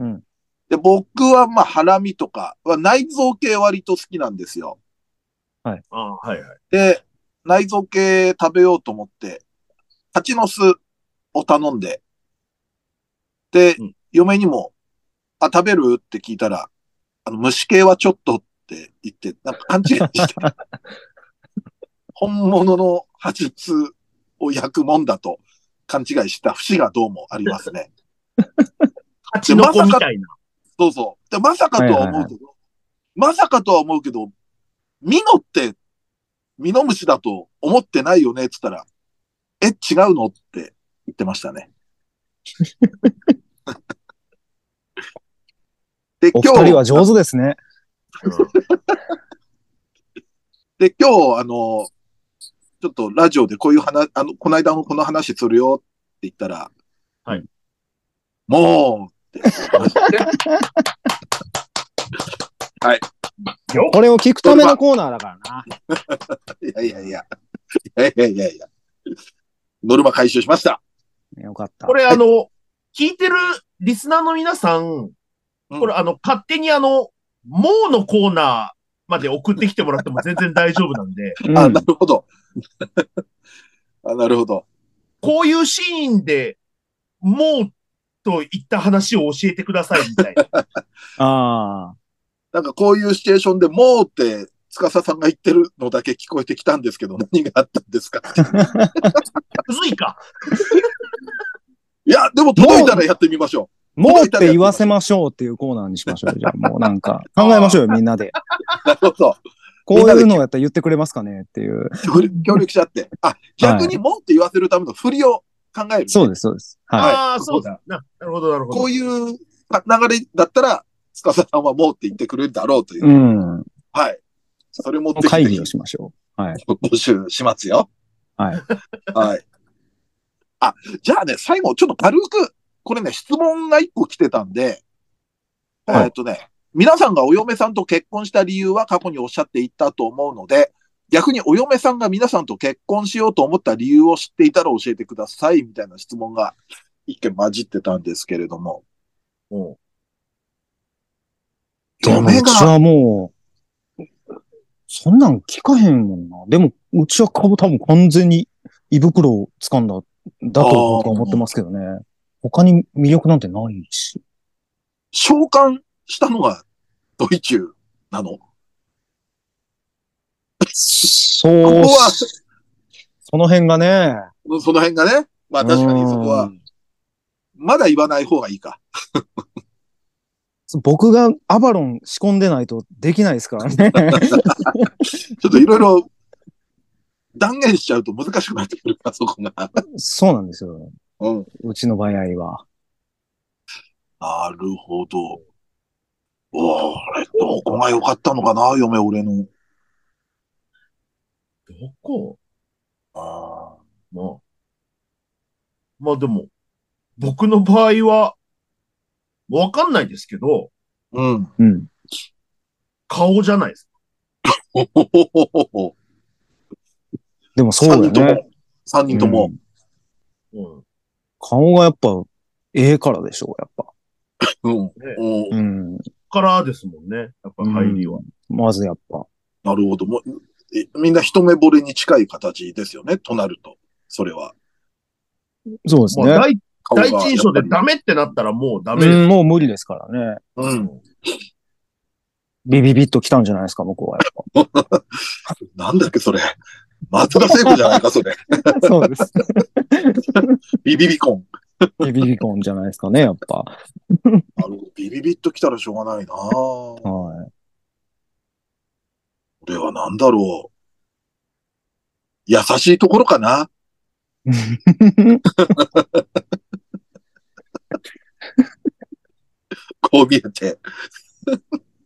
[SPEAKER 2] うん
[SPEAKER 1] で、僕はまあ、ハラミとかは内臓系割と好きなんですよ。
[SPEAKER 3] あはいはい。
[SPEAKER 1] で、内臓系食べようと思って、蜂の巣を頼んで、で、
[SPEAKER 3] うん
[SPEAKER 1] 嫁にも、あ、食べるって聞いたら、あの、虫系はちょっとって言って、なんか勘違いして、 本物の蜂の巣を焼くもんだと勘違いした節がどうもありますね。
[SPEAKER 3] 蜂の子みたいな。
[SPEAKER 1] そうそう。で、まさかとは思うけど、まさかとは思うけど、ミノって、ミノムシだと思ってないよねって言ったら、え、違うのって言ってましたね。で、
[SPEAKER 2] お
[SPEAKER 1] 今
[SPEAKER 2] 二人は
[SPEAKER 1] 日、
[SPEAKER 2] 上手ですね。
[SPEAKER 1] で、今日、あの、ちょっとラジオでこういう話、あの、この間のこの話するよって言ったら、
[SPEAKER 3] はい。
[SPEAKER 1] もう、って言ってました
[SPEAKER 3] よ
[SPEAKER 2] これを聞くためのコーナーだからな。
[SPEAKER 1] いやいやいや。いやいやいやいや。ノルマ回収しました。
[SPEAKER 2] よかった
[SPEAKER 3] こ。れあの、聞いてるリスナーの皆さん、
[SPEAKER 1] うん
[SPEAKER 3] これあの、勝手にあの、もうのコーナーまで送ってきてもらっても全然大丈夫なんで、
[SPEAKER 2] うん
[SPEAKER 1] あ、なるほど。 あ、なるほど。
[SPEAKER 3] こういうシーンで、もうといった話を教えてくださいみたい な。
[SPEAKER 2] あ
[SPEAKER 1] なんかこういうシチュエーションでもうって、司さんが言ってるのだけ聞こえてきたんですけど、 何があったんですか
[SPEAKER 3] むずいか。
[SPEAKER 1] いや、でも届いたらやってみましょ
[SPEAKER 2] ー。もうって言わせましょうっていうコーナーにしましょう。じゃあもうなんか考えましょうよ、みんな で。
[SPEAKER 1] う。なるほど。
[SPEAKER 2] こういうのやったら言ってくれますかねっていう。
[SPEAKER 1] 協力協力しちゃって。あ、逆にもうって言わせるための振りを考える、
[SPEAKER 2] そうです、そうです。はい。
[SPEAKER 3] ああ、そうだ。ななるほど、なるほど。
[SPEAKER 1] こういう流れだったら、司さんはもうって言ってくれるだろうという。
[SPEAKER 2] うん。
[SPEAKER 1] はい。それも
[SPEAKER 2] 会議をしましょう。はい。
[SPEAKER 1] 募集しますよ。
[SPEAKER 2] はい。
[SPEAKER 1] はい。あ、じゃあね、最後、ちょっと軽く、これね、質問が一個来てたんで、
[SPEAKER 2] はい
[SPEAKER 1] えーっとね、皆さんがお嫁さんと結婚した理由は過去におっしゃっていたと思うので、逆にお嫁さんが皆さんと結婚しようと思った理由を知っていたら教えてください、みたいな質問が一件混じってたんですけれども。
[SPEAKER 3] うん
[SPEAKER 2] でもう
[SPEAKER 1] 嫁
[SPEAKER 2] ち
[SPEAKER 1] が、
[SPEAKER 2] はもう、そんなん聞かへんもんな。でも、うちは株多分完全に胃袋を掴んだ、だと僕は思ってますけどね。他に魅力なんてないし。
[SPEAKER 1] 召喚したのがドイチューなの
[SPEAKER 2] そ
[SPEAKER 1] こ
[SPEAKER 2] う
[SPEAKER 1] は、
[SPEAKER 2] その辺がね。
[SPEAKER 1] その辺がね、まあ確かにそこ
[SPEAKER 2] う
[SPEAKER 1] は、
[SPEAKER 2] ん
[SPEAKER 1] まだ言わない方がいいか。
[SPEAKER 2] 僕がアバロン仕込んでないとできないですから ね。
[SPEAKER 1] ちょっといろいろ断言しちゃうと難しくなってくるから、そこが。
[SPEAKER 2] そうなんですよ。
[SPEAKER 1] うん。
[SPEAKER 2] うちの場合は。
[SPEAKER 1] なるほど。おーあれ、どこが良かったのかな、嫁、俺の。
[SPEAKER 3] どこ
[SPEAKER 1] あ
[SPEAKER 3] まあ。まあでも、僕の場合は、わかんないですけど、
[SPEAKER 1] ー うん。
[SPEAKER 2] うん。
[SPEAKER 3] 顔じゃないですか。
[SPEAKER 1] ほほほほほ。
[SPEAKER 2] でもそう
[SPEAKER 1] 三
[SPEAKER 2] だ
[SPEAKER 1] 人と
[SPEAKER 2] よね。
[SPEAKER 1] も。三人とも。
[SPEAKER 2] 顔がやっぱ、ええからでしょう、やっぱ。
[SPEAKER 1] うん。うん
[SPEAKER 2] うん。
[SPEAKER 3] からですもんね。やっぱ入りは。
[SPEAKER 2] まずやっぱ。
[SPEAKER 1] なるほど。もうえみんな一目惚れに近い形ですよね、となると。それは。
[SPEAKER 2] そうです
[SPEAKER 3] まあ
[SPEAKER 2] ね。
[SPEAKER 3] 第
[SPEAKER 1] 顔が
[SPEAKER 3] 第一印象で
[SPEAKER 1] やっぱ
[SPEAKER 3] ダメってなったらもうダメ
[SPEAKER 2] う
[SPEAKER 3] です。
[SPEAKER 2] ん、もう無理ですからね。
[SPEAKER 1] りうん。
[SPEAKER 2] ビビビッと来たんじゃないですか、僕はやっ
[SPEAKER 1] なんだっけ、それ。松田聖子じゃないか、それ。
[SPEAKER 2] ぱ。そうです。
[SPEAKER 1] ビビビコン。
[SPEAKER 2] ビビビコンじゃないですかね、やっぱ。
[SPEAKER 1] あのビビビッと来たらしょうがないなこ
[SPEAKER 2] はい。
[SPEAKER 1] れは何だろう。優しいところかな こう見えて。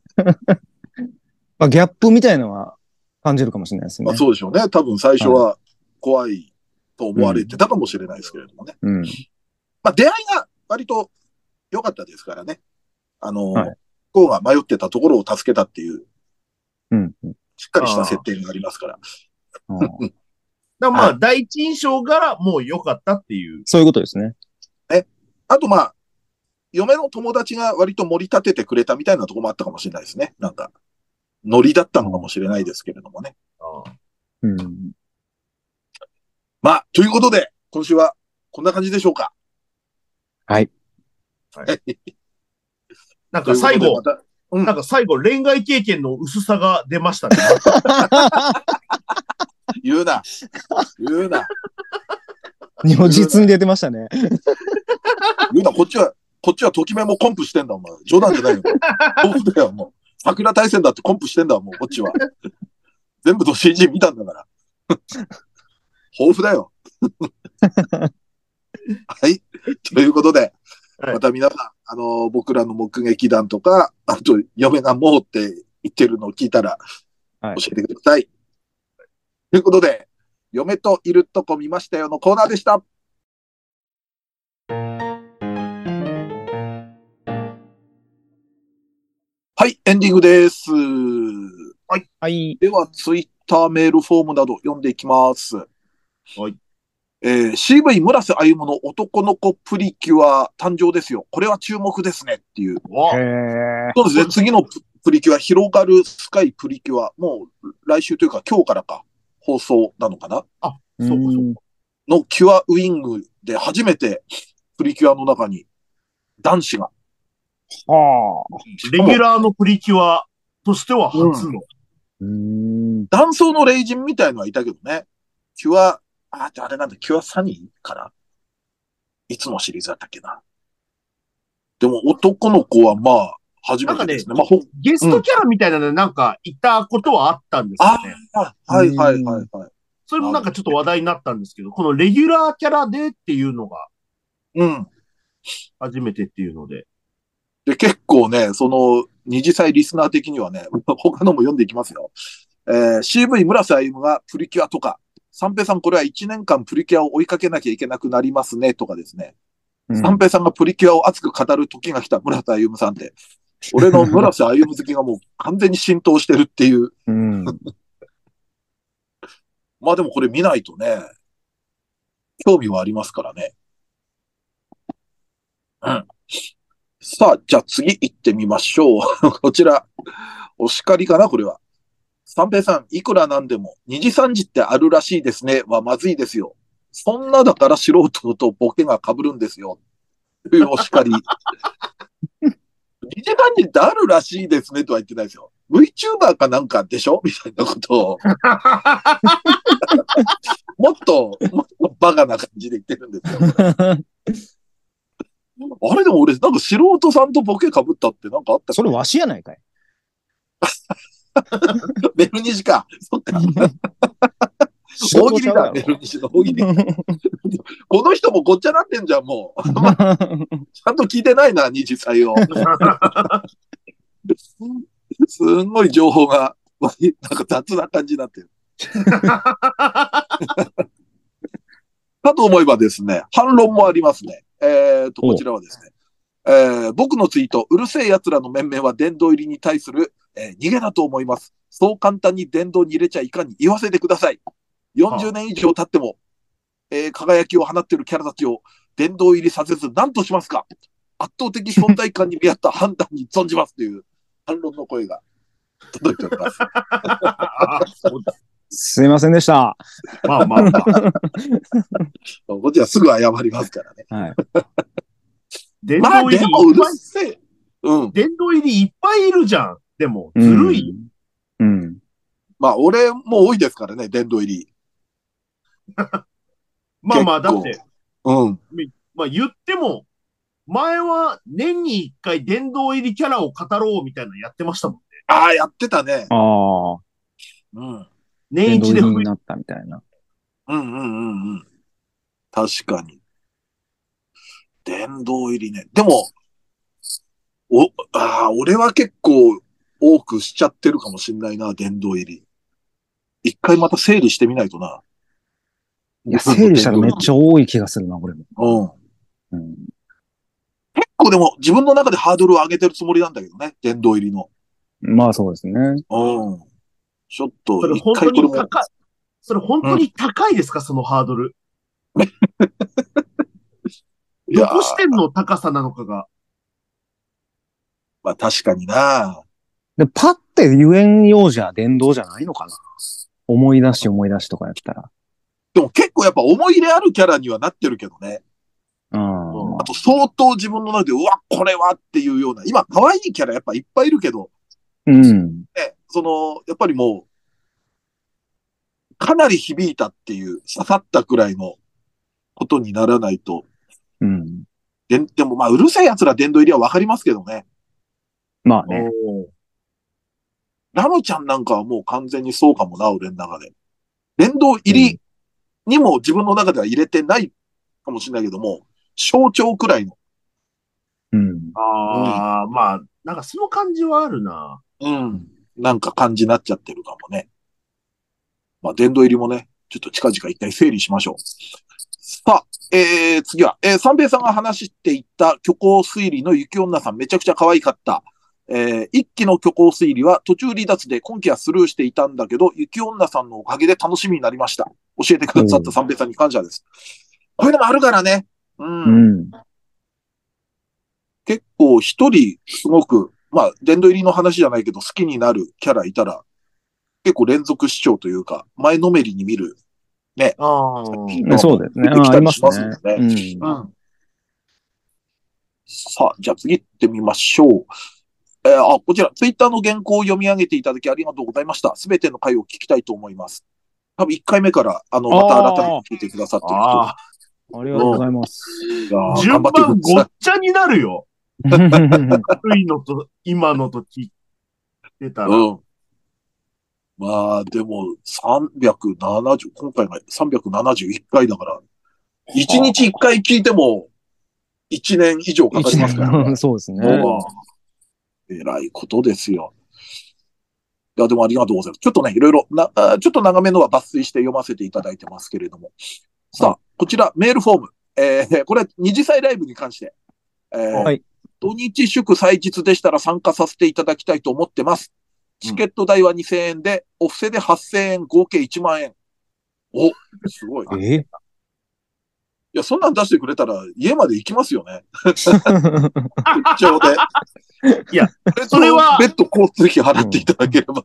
[SPEAKER 2] まあ、ギャップみたいのは感じるかもしれないですね
[SPEAKER 1] まあ、。そうでしょうね。多分最初は怖いと思われてたかもしれないですけれどもね。
[SPEAKER 2] うん。
[SPEAKER 1] まあ、出会いが割と良かったですからね。あの、
[SPEAKER 2] はい
[SPEAKER 1] 向こうが迷ってたところを助けたっていう、
[SPEAKER 2] うん。
[SPEAKER 1] しっかりした設定がありますから。
[SPEAKER 2] うん
[SPEAKER 3] だからま
[SPEAKER 1] は
[SPEAKER 3] あ、第一印象からもう良かったっていう。
[SPEAKER 2] そういうことですね。
[SPEAKER 1] あとまあ、嫁の友達が割と盛り立ててくれたみたいなとこもあったかもしれないですね。なんか、ノリだったのかもしれないですけれどもね。
[SPEAKER 2] うん。
[SPEAKER 1] まあ、ということで、今週はこんな感じでしょうか。
[SPEAKER 2] はい。
[SPEAKER 3] なんか最
[SPEAKER 1] というこ
[SPEAKER 3] 後
[SPEAKER 1] と、でまたうん
[SPEAKER 3] なんか最後、恋愛経験の薄さが出まし たね。
[SPEAKER 1] 言う な。言うな。
[SPEAKER 2] 如実に出てましたね。
[SPEAKER 1] 言うな。こっちは、こっちはときめもコンプしてんだ、お前。冗談じゃないよ。豆腐だよ、もう。桜大戦だってコンプしてんだわ、もう、こっちは。全部と CG 見たんだから。豊富だよ。 はい。ということで、
[SPEAKER 3] はい
[SPEAKER 1] また皆さん、あのー僕らの目撃談とか、あと、嫁がもうって言ってるのを聞いたら、
[SPEAKER 2] はい
[SPEAKER 1] 教えてください。ということで、嫁といるとこ見ましたよのコーナーでした。はい、エンディングです。
[SPEAKER 2] はい。
[SPEAKER 1] では、ツイッターメールフォームなど読んでいきます。
[SPEAKER 3] はい。
[SPEAKER 1] えー CV 村瀬歩夢の男の子プリキュア誕生ですよ。これは注目ですねっていう。
[SPEAKER 3] わ
[SPEAKER 2] へ
[SPEAKER 3] あ
[SPEAKER 2] え。
[SPEAKER 1] そうですね。次のププリキュア、広がるスカイプリキュア、もう来週というか今日からか、放送なのかな
[SPEAKER 3] そうかそうか
[SPEAKER 2] ん
[SPEAKER 1] のキュアウィングで初めてプリキュアの中に男子が、
[SPEAKER 2] はあ。
[SPEAKER 3] レギュラーのプリキュアとしては初の。
[SPEAKER 2] うん。
[SPEAKER 1] 男装の霊人みたいのはいたけどね。キュア、あ、あれなんだ、キュアサニーかないつのシリーズだったっけな。でも男の子はまあ、初めてですね。
[SPEAKER 3] なん
[SPEAKER 1] まあ、ほ
[SPEAKER 3] ゲストキャラみたいなのなんかいたことはあったんです
[SPEAKER 1] あ
[SPEAKER 3] よね。
[SPEAKER 1] あ、はいはいはいはい。
[SPEAKER 3] それもなんかちょっと話題になったんですけど、このレギュラーキャラでっていうのが
[SPEAKER 1] うん。
[SPEAKER 3] 初めてっていうので。
[SPEAKER 1] で、結構ね、その、二次祭リスナー的にはね、 他のも読んでいきますよ。えー CV 村瀬歩夢がプリキュアとか、三平さんこれは1年間プリキュアを追いかけなきゃいけなくなりますね、とかですね。三平さんがプリキュアを熱く語る時が来た村田歩夢さんって、俺の村瀬歩夢好きがもう完全に浸透してるっていう。
[SPEAKER 2] うん。
[SPEAKER 1] まあでもこれ見ないとね、興味はありますからね。うん。さあ、じゃあ次行ってみましょう。 こちら。お叱りかなこれは。三平さん、いくらなんでも、二次三次ってあるらしいですね。はまずいですよ。そんなだから素人とボケが被るんですよ。というお叱り。 二次三次ってあるらしいですねとは言ってないですよ。VTuber かなんかでしょみたいなことを。もっと、もっとバカな感じで言ってるんですよ。あれでも俺、なんか素人さんとボケ被ったってなんかあったっけ
[SPEAKER 2] それわしやない かい。
[SPEAKER 1] メルニジか。そっか。大喜利だ、メルニジの大喜利。この人もごっちゃなってんじゃん、もう。ちゃんと聞いてないな、二次採用。 すんごい情報が、 割なんか雑な感じになってる。かと思えばですね、反論もありますね。えーと、
[SPEAKER 2] お
[SPEAKER 1] こちらはですね、えー僕のツイート、うるせえ奴らの面々は殿堂入りに対する、えー逃げだと思います。そう簡単に殿堂に入れちゃいかんに言わせてください。40年以上経っても、えー輝きを放ってるキャラたちを殿堂入りさせず何としますか圧倒的存在感に見合った判断に存じますという反論の声が届いております。
[SPEAKER 3] あーそうです
[SPEAKER 2] すいませんでした。
[SPEAKER 3] まあまあまあ。
[SPEAKER 1] こっちはすぐ謝りますからね。
[SPEAKER 2] はい。
[SPEAKER 3] 殿
[SPEAKER 1] まあ
[SPEAKER 3] 堂入
[SPEAKER 1] で
[SPEAKER 3] り
[SPEAKER 1] もう
[SPEAKER 3] いっ
[SPEAKER 1] る
[SPEAKER 3] ぱい、
[SPEAKER 1] せえ。うん。
[SPEAKER 3] 殿堂入りいっぱいいるじゃん。でも、ずるい。
[SPEAKER 2] うん。
[SPEAKER 1] まあ俺も多いですからね、殿堂入り。
[SPEAKER 3] まあまあ、
[SPEAKER 1] 結
[SPEAKER 3] だっ
[SPEAKER 1] 構
[SPEAKER 3] て、
[SPEAKER 1] うん。
[SPEAKER 3] まあ言っても、前は年に一回殿堂入りキャラを語ろうみたいなのやってましたもん。
[SPEAKER 1] ああ、やってたね。
[SPEAKER 2] ああ。
[SPEAKER 1] うん。
[SPEAKER 3] 年一で
[SPEAKER 2] 殿堂入り
[SPEAKER 3] 増え
[SPEAKER 2] になったみたいな。
[SPEAKER 1] うんうんうんうん。確かに。殿堂入りね。でも、お、ああ、俺は結構多くしちゃってるかもしんないな、殿堂入り。一回また整理してみないとな。
[SPEAKER 2] いや、整理したらめっちゃ多い気がするな、これも。
[SPEAKER 1] うん。
[SPEAKER 2] うん。
[SPEAKER 1] 結構でも自分の中でハードルを上げてるつもりなんだけどね、殿堂入りの。
[SPEAKER 2] まあそうですね。
[SPEAKER 1] うん。ちょっと
[SPEAKER 3] それ、
[SPEAKER 1] 一
[SPEAKER 3] 本
[SPEAKER 1] 回
[SPEAKER 3] 当
[SPEAKER 1] これ
[SPEAKER 3] に
[SPEAKER 1] も、
[SPEAKER 3] 高い。それ本当に高いですか、そのハードル。
[SPEAKER 1] いやー
[SPEAKER 3] どこ視点の高さなのかが。
[SPEAKER 1] まあ確かにな。
[SPEAKER 2] で、パって言えんようじゃ伝道じゃないのかな。思い出し思い出しとかやったら。
[SPEAKER 1] でも結構やっぱ思い入れあるキャラにはなってるけどね。
[SPEAKER 2] うん
[SPEAKER 1] あ。と相当自分の中で、うわ、これはっていうような、今可愛いキャラやっぱいっぱいいるけど、
[SPEAKER 2] うん。
[SPEAKER 1] ね、その、やっぱりもう、かなり響いたっていう、刺さったくらいのことにならないと。
[SPEAKER 2] うん。
[SPEAKER 1] でんでもまあ、うるせえ奴ら殿堂入りはわかりますけどね。
[SPEAKER 2] まあね。
[SPEAKER 1] ラムちゃんなんかはもう完全にそうかもな、俺の中で。殿堂入りにも自分の中では入れてないかもしれないけども、象徴くらいの。
[SPEAKER 2] うん。
[SPEAKER 3] ああ、まあ、なんかその感じはあるな。
[SPEAKER 1] うん。なんか感じになっちゃってるかもね。まあ、殿堂入りもね、ちょっと近々一回整理しましょう。さあ、えー、次は、えー、三平さんが話していた虚構推理の雪女さん、めちゃくちゃ可愛かった。えー、一期の虚構推理は途中離脱で今期はスルーしていたんだけど、雪女さんのおかげで楽しみになりました。教えてくださった三平さんに感謝です。こういうのもあるからね。うん。
[SPEAKER 2] うん。
[SPEAKER 1] 結構一人すごく、まあ、殿堂入りの話じゃないけど好きになるキャラいたら、結構連続視聴というか、前のめりに見る。
[SPEAKER 3] ああ。
[SPEAKER 1] うん
[SPEAKER 2] そうですね。
[SPEAKER 1] 出てき
[SPEAKER 2] あ
[SPEAKER 1] た
[SPEAKER 2] あり
[SPEAKER 1] り
[SPEAKER 2] ま
[SPEAKER 1] し
[SPEAKER 2] す
[SPEAKER 1] ますもんね
[SPEAKER 2] ね。うん。
[SPEAKER 1] ん。さあ、じゃあ次行ってみましょう。えーあ、こちら、ツイッターの原稿を読み上げていただきありがとうございました。すべての回を聞きたいと思います。多分1回目から、あの、また改めて聞いてくださってる
[SPEAKER 3] ああ。
[SPEAKER 2] ありがとうございます。
[SPEAKER 1] 人が頑
[SPEAKER 3] 順
[SPEAKER 1] 張って
[SPEAKER 3] 番
[SPEAKER 1] くだ
[SPEAKER 3] ご
[SPEAKER 1] さい
[SPEAKER 3] っちゃになるよ。古いのと、今のと聞いてたら。
[SPEAKER 1] うん。まあ、でも、370、今回が371回だから、1日1回聞いても、1年以上かかり
[SPEAKER 2] 一
[SPEAKER 1] ますから
[SPEAKER 2] 年
[SPEAKER 1] ね。
[SPEAKER 2] のそうですね。
[SPEAKER 1] もう、偉いことですよ。いや、でもありがとうございます。ちょっとね、いろいろな、あちょっと長めのは抜粋して読ませていただいてますけれども。さあ、こちら、メールフォーム。えーこれ、二次祭ライブに関して。えー
[SPEAKER 2] はい
[SPEAKER 1] 土日祝祭日でしたら参加させていただきたいと思ってます。チケット代は2000円で、お布施で8000円、合計1万円。お、すごい。い
[SPEAKER 2] え
[SPEAKER 1] や、そんなん出してくれたら家まで行きますよね。一応 で。
[SPEAKER 3] いや、
[SPEAKER 1] そ
[SPEAKER 3] そ
[SPEAKER 1] れ
[SPEAKER 3] れ
[SPEAKER 1] は
[SPEAKER 3] は
[SPEAKER 1] 別途交通費払っていただければ。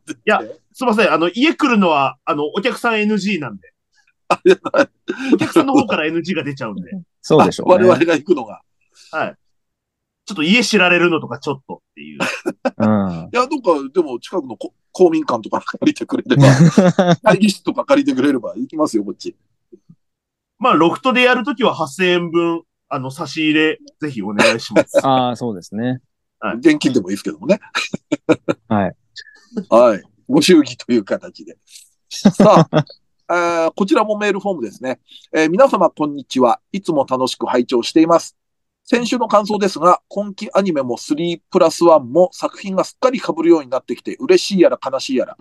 [SPEAKER 3] すいません。あの、家来るのは、あの、お客さん NG なんで。
[SPEAKER 1] あれだ
[SPEAKER 3] お客さんの方から NG が出ちゃうん で。
[SPEAKER 2] そうでしょう
[SPEAKER 1] 我々
[SPEAKER 2] ね。
[SPEAKER 1] が行くのが。
[SPEAKER 3] ちょっと家知られるのとかちょっとっていう。
[SPEAKER 2] うん。
[SPEAKER 1] いや、どっか、でも近くのこ公民館とか借りてくれれば、 会議室とか借りてくれれば行きますよ、こっち。
[SPEAKER 3] まあ、ロフトでやるときは8000円分、あの、差し入れ、ぜひお願いし ます。
[SPEAKER 2] ああ、そうですね。
[SPEAKER 3] はい
[SPEAKER 1] 現金でもいいですけどもね。
[SPEAKER 2] はい。
[SPEAKER 1] はい。ご祝儀という形で。さあ、 えーこちらもメールフォームですね。えー皆様、こんにちは。いつも楽しく拝聴しています。先週の感想ですが、今期アニメも3プラス1も作品がすっかり被るようになってきて、嬉しいやら悲しいやら。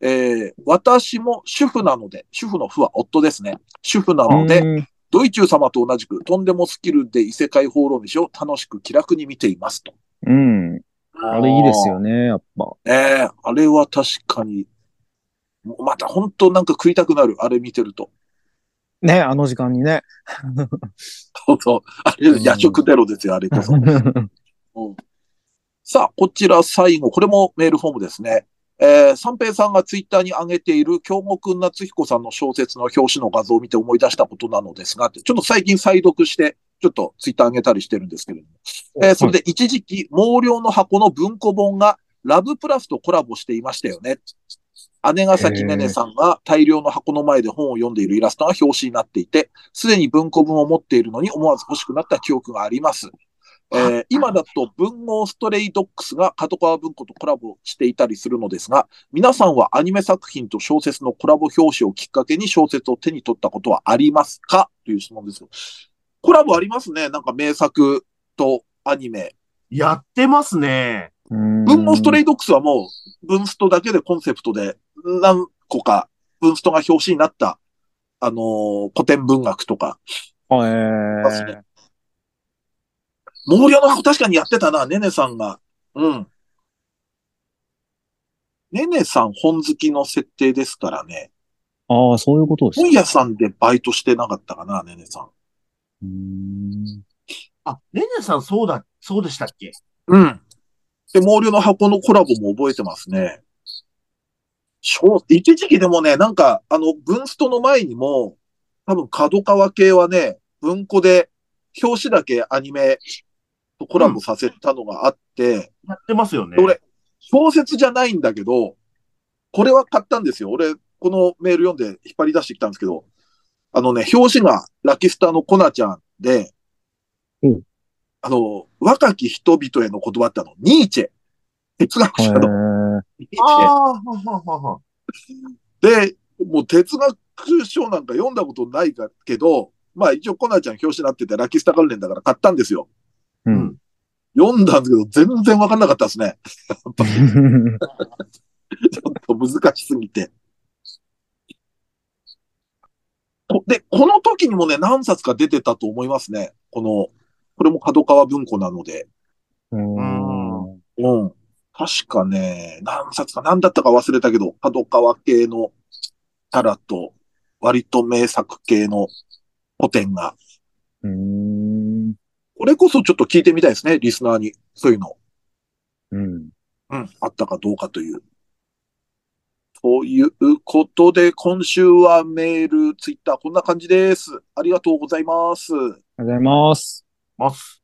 [SPEAKER 1] えー私も主婦なので、主婦の夫は夫ですね。主婦なので、
[SPEAKER 2] うん
[SPEAKER 1] ドイチュー様と同じく、とんでもスキルで異世界放浪飯を楽しく気楽に見ていますと。
[SPEAKER 2] うん。あれいいですよね、やっぱ。
[SPEAKER 1] ええあれは確かに、もうまた本当なんか食いたくなる、あれ見てると。
[SPEAKER 2] ね、あの時間 にね。
[SPEAKER 1] そうそう。あれ、夜食テロですよ、あれこそ。うんさあ、こちら最後、これもメールフォームですね。えー、三平さんがツイッターに上げている京極夏彦さんの小説の表紙の画像を見て思い出したことなのですが、ちょっと最近再読して、ちょっとツイッター上げたりしてるんですけれども、えーそれで一時期、毛量の箱の文庫本がラブプラスとコラボしていましたよね。姉ヶ崎ねねさんが大量の箱の前で本を読んでいるイラストが表紙になっていて、すでに文庫本を持っているのに思わず欲しくなった記憶があります。えー今だと文豪ストレイドックスが角川文庫とコラボしていたりするのですが、皆さんはアニメ作品と小説のコラボ表紙をきっかけに小説を手に取ったことはありますかという質問ですよ。コラボありますね。なんか名作とアニメ。
[SPEAKER 3] やってますね。
[SPEAKER 1] 文
[SPEAKER 2] 文
[SPEAKER 1] 豪ストレ
[SPEAKER 2] イ
[SPEAKER 1] イドックスはもう、文ストだけでコンセプトで何個か、文ストが表紙になった、あのー古典文学とか。
[SPEAKER 2] ト。え
[SPEAKER 1] ます
[SPEAKER 2] ー
[SPEAKER 1] ね、毛量の箱確かにやってたな、ねねさんが。うん。ねねさん本好きの設定ですからね。
[SPEAKER 2] ああ、そういうことです
[SPEAKER 1] 本
[SPEAKER 2] ね。
[SPEAKER 1] 屋さんでバイトしてなかったかな、ねねさん。
[SPEAKER 2] うん
[SPEAKER 3] あ、ねねさんそうだ、そうでしたっけ
[SPEAKER 1] うん。で、毛量の箱のコラボも覚えてますね。小一時期でもね、なんか、あの、文ストの前にも、多分角川系はね、文庫で、表紙だけアニメとコラボさせたのがあって、
[SPEAKER 3] やってますよね。
[SPEAKER 1] 俺、小説じゃないんだけど、これは買ったんですよ。俺、このメール読んで引っ張り出してきたんですけど、あのね、表紙がラキスタのコナちゃんで、
[SPEAKER 2] うん
[SPEAKER 1] あの、若き人々への言葉ってあの、ニーチェ。哲学者の
[SPEAKER 2] へー
[SPEAKER 1] ニーチェ。
[SPEAKER 3] ああ、はははは。
[SPEAKER 1] で、もう哲学書なんか読んだことないかけど、まあ一応コナちゃん表紙になっててラキスタ関連だから買ったんですよ。
[SPEAKER 2] う
[SPEAKER 3] うん
[SPEAKER 2] ん。
[SPEAKER 1] 読んだんですけど、全然わかんなかったですね。ちょっと難しすぎて。こで、この時にもね、何冊か出てたと思いますね。この、これも角川文庫なので。
[SPEAKER 2] うん
[SPEAKER 1] うん。確かね、何冊か何だったか忘れたけど、角川系のタラと、割と名作系の古典が。
[SPEAKER 2] うん。
[SPEAKER 1] これこそちょっと聞いてみたいですね、リスナーに。そういうの。
[SPEAKER 2] うん。
[SPEAKER 1] うん、あったかどうかという。ということで、今週はメール、ツイッター、こんな感じです。ありがとうございます。
[SPEAKER 2] ありがとうございます。
[SPEAKER 3] ます。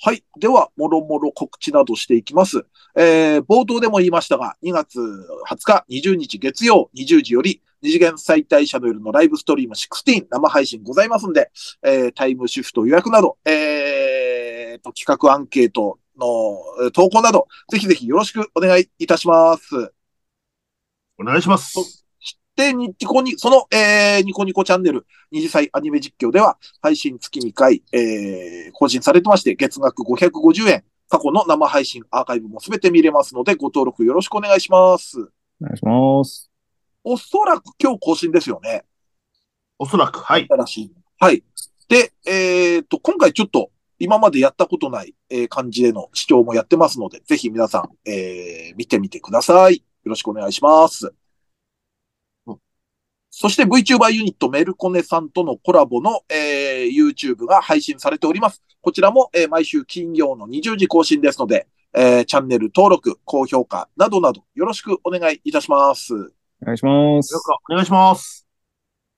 [SPEAKER 1] はい。では、もろもろ告知などしていきます。えー、冒頭でも言いましたが、2月20日、20日月曜、20時より、二次元再退社の夜のライブストリーム16生配信ございますんで、えー、タイムシフト予約など、えー、と、企画アンケートのえー投稿など、ぜひぜひよろしくお願いいたします。
[SPEAKER 3] お願いします。
[SPEAKER 1] で、ニコニ、その、えーニコニコチャンネル、二次祭アニメ実況では、配信月2回、えー更新されてまして、月額550円、過去の生配信、アーカイブもすべて見れますので、ご登録よろしくお願いします。
[SPEAKER 2] お願いします。
[SPEAKER 1] おそらく今日更新ですよね。
[SPEAKER 3] おそらく、はい。
[SPEAKER 1] 新しい。はい。で、えっ、と、今回ちょっと今までやったことない、えー感じでの視聴もやってますので、ぜひ皆さん、えー見てみてください。よろしくお願いします。そして VTuber ユニットメルコネさんとのコラボの、えー YouTube が配信されております。こちらも、えー毎週金曜の20時更新ですので、えーチャンネル登録、高評価などなどよろしくお願いいたします。
[SPEAKER 2] お願いします
[SPEAKER 3] よ。くお願いします。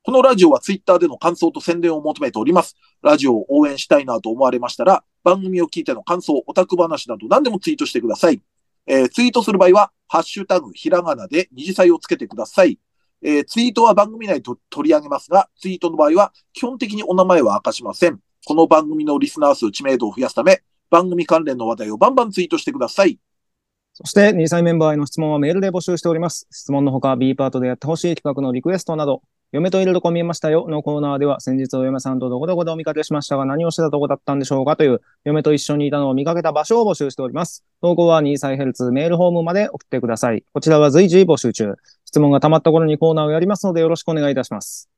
[SPEAKER 1] このラジオはツイッターでの感想と宣伝を求めております。ラジオを応援したいなと思われましたら、番組を聞いての感想、オタク話など何でもツイートしてください。えーツイートする場合は、ハッシュタグひらがなで二次祭をつけてください。えーツイートは番組内と取り上げますが、ツイートの場合は基本的にお名前は明かしません。この番組のリスナー数知名度を増やすため、番組関連の話題をバンバンツイートしてください。
[SPEAKER 2] そして、二次祭メンバーへの質問はメールで募集しております。質問のほか、B パートでやってほしい企画のリクエストなど、嫁といろいろこ見えましたよのコーナーでは、先日お嫁さんとどこどこでお見かけしましたが、何をしてたとこだったんでしょうかという、嫁と一緒にいたのを見かけた場所を募集しております。投稿は二次祭ヘルツメールホームまで送ってください。こちらは随時募集中。質問が溜まった頃にコーナーをやりますので、よろしくお願いいたします。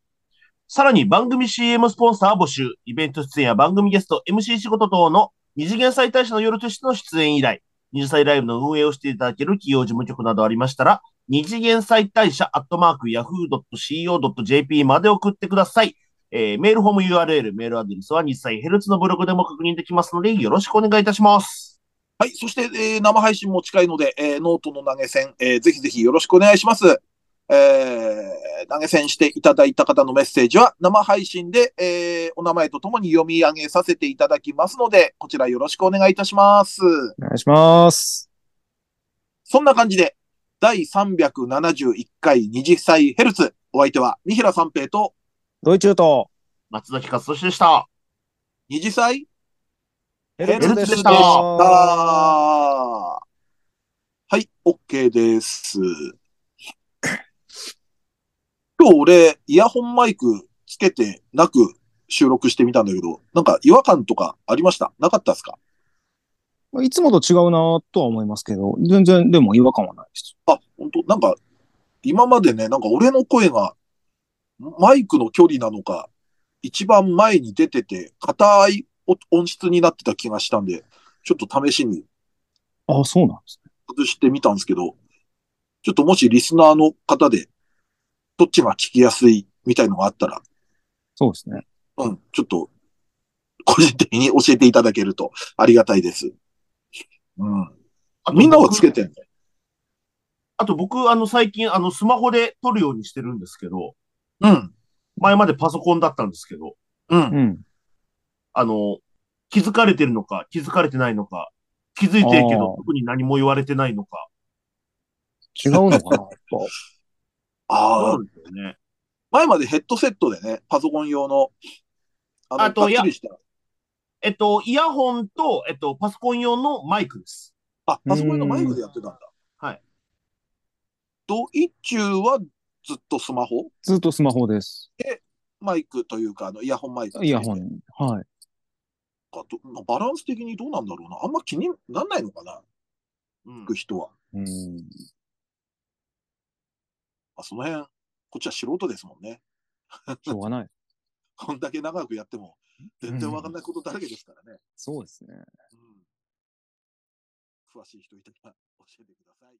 [SPEAKER 3] さらに番組 CM スポンサー募集、イベント出演や番組ゲスト、MC 仕事等の二次元再大社の夜としての出演以来、二次祭ライブの運営をしていただける企業事務局などありましたら、二次元再大社アットマーク yahoo.co.jp まで送ってください。えーメールフォーム URL、メールアドレスは日際ヘルツのブログでも確認できますので、よろしくお願いいたします。
[SPEAKER 1] はい。そして、えー生配信も近いので、えーノートの投げ銭、えーぜひぜひよろしくお願いします。えー投げ銭していただいた方のメッセージは、生配信で、えーお名前とともに読み上げさせていただきますので、こちらよろしくお願いいたします。
[SPEAKER 2] お願いします。
[SPEAKER 1] そんな感じで、第371回二次祭ヘルツ、お相手は、三平三平と、
[SPEAKER 2] ドイチューと
[SPEAKER 3] 松崎勝利でした。
[SPEAKER 1] 二次祭
[SPEAKER 2] ヘ
[SPEAKER 1] ルツでしたあーはい、OK です。今日俺、イヤホンマイクつけてなく収録してみたんだけど、なんか違和感とかありましたなかったですか
[SPEAKER 2] いつもと違うなとは思いますけど、全然でも違和感はないです。
[SPEAKER 1] あ、本当なんか、今までね、なんか俺の声が、マイクの距離なのか、一番前に出てて、硬い音音質になってた気がしたんで、ちょっと試しに
[SPEAKER 2] あ、そうなんですね。
[SPEAKER 1] 外してみたんですけど、ちょっともしリスナーの方で、どっちが聞きやすいみたいのがあったら、
[SPEAKER 2] そうですね。
[SPEAKER 1] うん、ちょっと、個人的に教えていただけるとありがたいです。うん。
[SPEAKER 3] あと
[SPEAKER 1] みんなはつけてんの
[SPEAKER 3] あと僕、あの、最近、あの、スマホで撮るようにしてるんですけど、
[SPEAKER 1] うん、
[SPEAKER 3] 前までパソコンだったんですけど、
[SPEAKER 1] うん。
[SPEAKER 2] ん。
[SPEAKER 3] あの、気づかれてるのか、気づかれてないのか、気づいてるけ
[SPEAKER 2] あ
[SPEAKER 3] ど
[SPEAKER 2] ー、
[SPEAKER 3] 特に何も言われてないのか、
[SPEAKER 2] 違うのかなやっぱ
[SPEAKER 1] ああ
[SPEAKER 3] そう、なんですよね。
[SPEAKER 1] 前までヘッドセットでね、パソコン用の、あの、
[SPEAKER 3] あといや
[SPEAKER 1] がっつりした
[SPEAKER 3] えっと、イヤホンと、えっと、パソコン用のマイクです。
[SPEAKER 1] あ、パソコンのマイクでやってたんだ。
[SPEAKER 3] はい。
[SPEAKER 1] と、一中はずっとスマホ
[SPEAKER 2] ずっとスマホです。
[SPEAKER 1] マイクというか、あの、イヤホンマイク。
[SPEAKER 2] イヤホン。はい。
[SPEAKER 1] かどまあバランス的にどうなんだろうな。あんま気になんないのかな、
[SPEAKER 3] うん
[SPEAKER 1] 聞く人は。
[SPEAKER 2] うん。
[SPEAKER 1] まあ、その辺、こっちは素人ですもんね。
[SPEAKER 2] しょうがない。
[SPEAKER 1] こんだけ長くやっても、全然わかんないことだらけですからね。
[SPEAKER 2] そうですね。
[SPEAKER 1] うん詳しい人いたら教えてください。